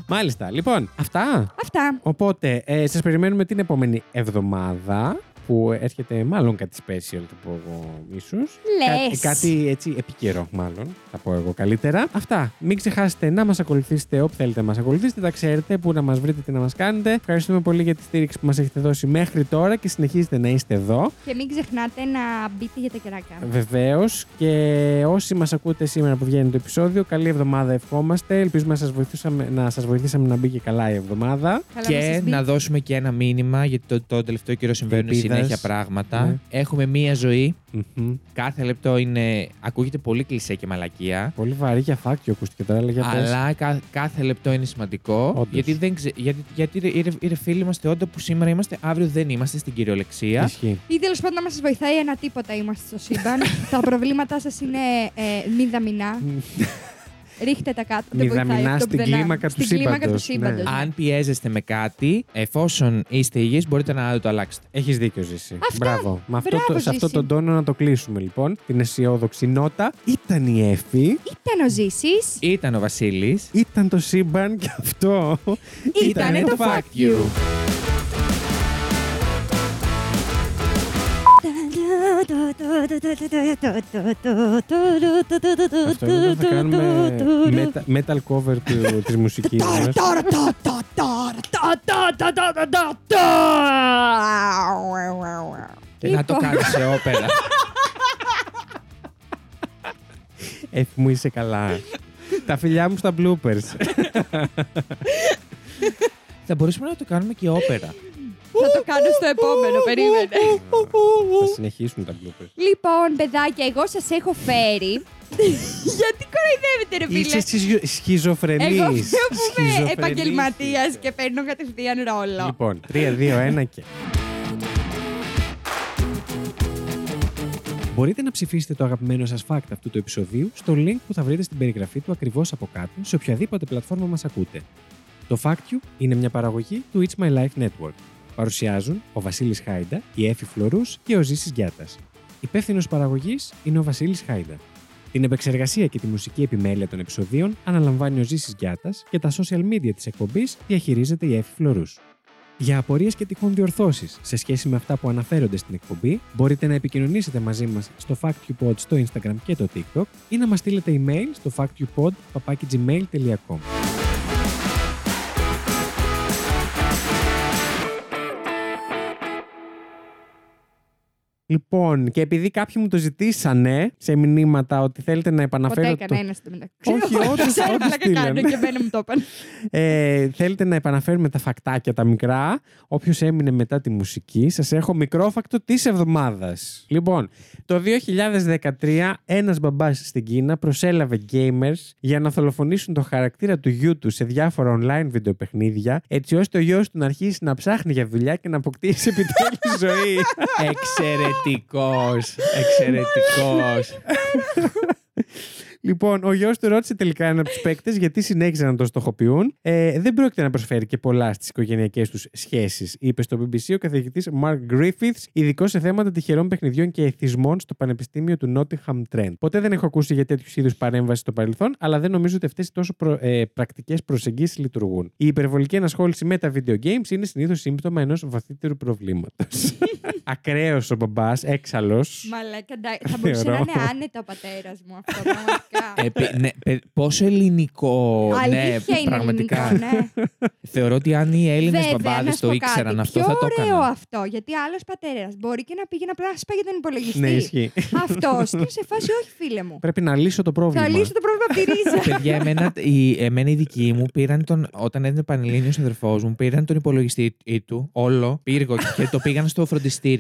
A: Μάλιστα. Λοιπόν, αυτά.
B: Αυτά.
A: Οπότε, ε, σας περιμένουμε την επόμενη εβδομάδα που έρχεται μάλλον κάτι special, το πω εγώ ίσως.
B: Λες.
A: κάτι έτσι επικαιρό, μάλλον. Θα πω εγώ καλύτερα. Αυτά. Μην ξεχάσετε να μας ακολουθήσετε όπου θέλετε να μας ακολουθήσετε. Τα ξέρετε πού να μας βρείτε, τι να μας κάνετε. Ευχαριστούμε πολύ για τη στήριξη που μας έχετε δώσει μέχρι τώρα και συνεχίζετε να είστε εδώ.
B: Και μην ξεχνάτε να μπείτε για τα κεράκια.
A: Ε, Βεβαίως. Και όσοι μας ακούτε σήμερα που βγαίνει το επεισόδιο, καλή εβδομάδα ευχόμαστε. Ελπίζουμε να σας βοηθήσαμε, να, σας βοηθήσαμε να μπει και καλά η εβδομάδα.
B: Καλά
C: και
B: σας μπει.
C: να δώσουμε και ένα μήνυμα, γιατί το, το τελευταίο καιρό συμβαίνουν
A: Επίδραση,
C: συνέχεια πράγματα.
A: Ναι.
C: Έχουμε μία ζωή.
A: Μμμ.
C: Κάθε λεπτό είναι. Ακούγεται πολύ κλεισέ και μαλακία.
A: Πολύ βαρύ για φάκιο ακούστηκε τώρα, αλλά για πες.
C: Αλλά κα- κάθε λεπτό είναι σημαντικό.
A: Όντως.
C: Γιατί, δεν ξε- γιατί, γιατί ρε- ρε- ρε φίλοι είμαστε όντα που σήμερα είμαστε, αύριο δεν είμαστε στην κυριολεξία.
A: Ισχύει.
B: Ή τέλος πάντων να μα βοηθάει ένα τίποτα είμαστε στο
A: <laughs>
B: σύμπαν. τα προβλήματά σας είναι ε, μηδαμινά. Ρίχτε τα κάτω. δεν βοηθάει
A: Μηδαμινά
B: αυτό
A: στην
B: πουθενά.
A: κλίμακα του
B: Στην κλίμακα του
A: σύμπαντος, ναι.
B: σύμπαντος, ναι.
C: Αν πιέζεστε με κάτι, εφόσον είστε υγιείς, μπορείτε να το αλλάξετε.
A: Έχεις δίκιο, Ζήση.
B: Αυτό.
A: Μπράβο. Με αυτό
B: Μπράβο,
A: το, σε αυτό
B: Ζήση.
A: τον τόνο να το κλείσουμε λοιπόν. Την αισιόδοξη νότα. Ήταν η Εφη,
B: Ήταν ο Ζήσης.
C: Ήταν ο Βασίλης.
A: ήταν το σύμπαν και
B: <laughs>
A: αυτό.
B: Ήτανε το Fuck You.
A: Αυτό είναι θα κάνουμε metal, metal cover του, της μουσικής μας.
C: Και να το
B: Λοιπόν.
C: κάνει σε όπερα.
A: Εφη μου είσαι καλά.
B: <laughs>
A: Τα φιλιά μου στα bloopers.
C: Θα μπορούσαμε να το κάνουμε και
B: <laughs>
C: όπερα.
B: Ε, Θα το κάνω στο επόμενο, περίμενε.
A: θα συνεχίσουν τα bloopers.
B: Λοιπόν, παιδάκια, εγώ σας έχω φέρει... <laughs> Γιατί κοροϊδεύετε ρε φίλε.
A: Είσαι σχιζο- σχιζοφρενής.
B: Εγώ ξέρω που είμαι
A: Σχιζοφρενής
B: επαγγελματίας
A: είσαι.
B: και παίρνω κατευθείαν ρόλο.
A: Λοιπόν, 3, 2, 1 και. Μπορείτε να ψηφίσετε το αγαπημένο σας fact αυτού του επεισοδίου στο link που θα βρείτε στην περιγραφή του ακριβώς από κάτω σε οποιαδήποτε πλατφόρμα μας ακούτε. Το Fact You είναι μια παραγωγή του It's My Life Network. Παρουσιάζουν ο Βασίλης Χάιντα, η Έφη Φλωρούς και ο Ζήσης Γιάτας. Υπεύθυνος παραγωγής είναι ο Βασίλης Χάιντα. Την επεξεργασία και τη μουσική επιμέλεια των επεισοδίων αναλαμβάνει ο Ζήσης Γιάτας και τα social media της εκπομπής διαχειρίζεται η Εφη Φλωρούς. Για απορίες και τυχόν διορθώσεις σε σχέση με αυτά που αναφέρονται στην εκπομπή, μπορείτε να επικοινωνήσετε μαζί μας στο FactQpod στο Instagram και το TikTok ή να μας στείλετε email στο factqpod.gmail.com Λοιπόν, και επειδή κάποιοι μου το ζητήσανε σε μηνύματα ότι θέλετε να επαναφέρω
B: Ποτέ
A: το...
B: κανένας στο μεταξύ.
A: Όχι, όντως,
B: Ξέρω
A: όντως
B: πλάκα κάνω
A: στείλανε.
B: και εμένα μου το είπαν.
A: Ε, θέλετε να επαναφέρουμε τα φακτάκια τα μικρά. Όποιος έμεινε μετά τη μουσική, σας έχω μικρό φακτο της εβδομάδας. Λοιπόν, το 2013 ένας μπαμπάς στην Κίνα προσέλαβε gamers για να θολοφονήσουν το χαρακτήρα του γιού του σε διάφορα online βιντεοπαιχνίδια, έτσι ώστε ο γιος του να αρχίσει να ψάχνει για δουλειά και να αποκτήσει επιτέλους ζωή.
C: Εξαιρετικός. Εξαιρετικός.
A: Λοιπόν, ο γιος του ρώτησε τελικά έναν από τους παίκτες γιατί συνέχιζαν να τον στοχοποιούν. Ε, δεν πρόκειται να προσφέρει και πολλά στις οικογενειακές τους σχέσεις, είπε στο BBC ο καθηγητής Mark Griffiths, ειδικό σε θέματα τυχερών παιχνιδιών και εθισμών στο Πανεπιστήμιο του Nottingham Trent. Ποτέ δεν έχω ακούσει για τέτοιους είδους παρέμβαση στο παρελθόν, αλλά δεν νομίζω ότι αυτές οι τόσο προ, ε, πρακτικές προσεγγίσεις λειτουργούν. Η υπερβολική ενασχόληση με τα video games είναι συνήθως σύμπτωμα ενός βαθύτερου προβλήματος.
B: <laughs>
A: Ακραίος ο μπαμπάς, έξαλλος.
B: Μαλάκα, ντά-
A: <laughs>
B: θα μπορούσε να είναι
A: Θεωρώ.
B: άνετα ο πατέρας μου αυτό, πραγματικά.
A: Ε,
C: Επί- ναι, πε- πόσο ελληνικό. ναι,
B: Αλήθεια είναι
C: πραγματικά.
B: ελληνικό, ναι.
A: <laughs>
C: Θεωρώ ότι αν οι Έλληνες
B: Βέβαια, να
C: μπαμπάδε
B: σου
C: το
B: πω
C: ήξεραν
B: κάτι.
C: αυτό,
B: Πιο
C: θα το
B: ωραίο
C: έκαναν.
B: αυτό. Γιατί άλλος πατέρας μπορεί και να πήγαινε απλά να σπάγει τον υπολογιστή.
A: Ναι, ισχύει.
B: Αυτός ήταν σε φάση, όχι φίλε μου.
A: Πρέπει να λύσω το πρόβλημα.
B: Θα λύσω το πρόβλημα από τη
C: <laughs>
B: ρίζα.
C: Παιδιά, εμένα, οι, εμένα οι δικοί μου πήραν τον. Όταν έδινε πανελλήνιος ο αδερφός μου, πήραν τον υπολογιστή του, όλο, πύργο και το πήγαν στο φροντιστήριο.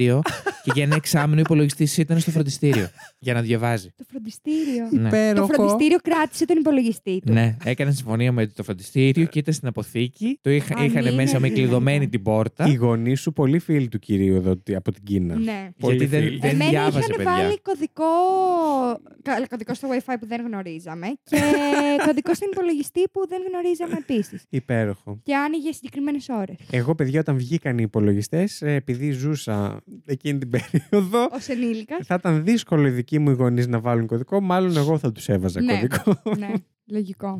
C: και για ένα εξάμεινο υπολογιστής ήταν στο φροντιστήριο. Για να διαβάζει.
B: Το φροντιστήριο.
C: Ναι.
B: Το φροντιστήριο κράτησε τον υπολογιστή του.
C: Ναι, έκανα συμφωνία με το φροντιστήριο και ήταν στην αποθήκη. Το είχα,
B: Αν
C: είχαν
B: είναι
C: μέσα με
B: δυνατόν.
C: κλειδωμένη την πόρτα.
A: Οι γονείς σου πολύ φίλοι του κυρίου εδώ τι- από την Κίνα.
B: Ναι.
A: Πολύ
C: Γιατί δεν,
A: φίλοι.
C: δεν
B: Εμένα
C: διάβαζε,
B: είχαν
C: παιδιά.
B: βάλει κωδικό... κα- κωδικό στο Wi-Fi που δεν γνωρίζαμε
C: <laughs>
B: και κωδικό στον υπολογιστή που δεν γνωρίζαμε επίσης.
A: Υπέροχο.
B: Και άνοιγε συγκεκριμένες ώρες.
A: Εγώ, παιδιά, όταν βγήκαν οι υπολογιστές, επειδή ζούσα εκείνη την <laughs> περίοδο,
B: Ως ενήλικα.
A: θα ήταν δύσκολο οι δικοί μου οι γονείς να βάλουν κωδικό. Μάλλον εγώ θα τους έβαζα
B: Ναι.
A: κωδικό.
B: ναι, λογικό.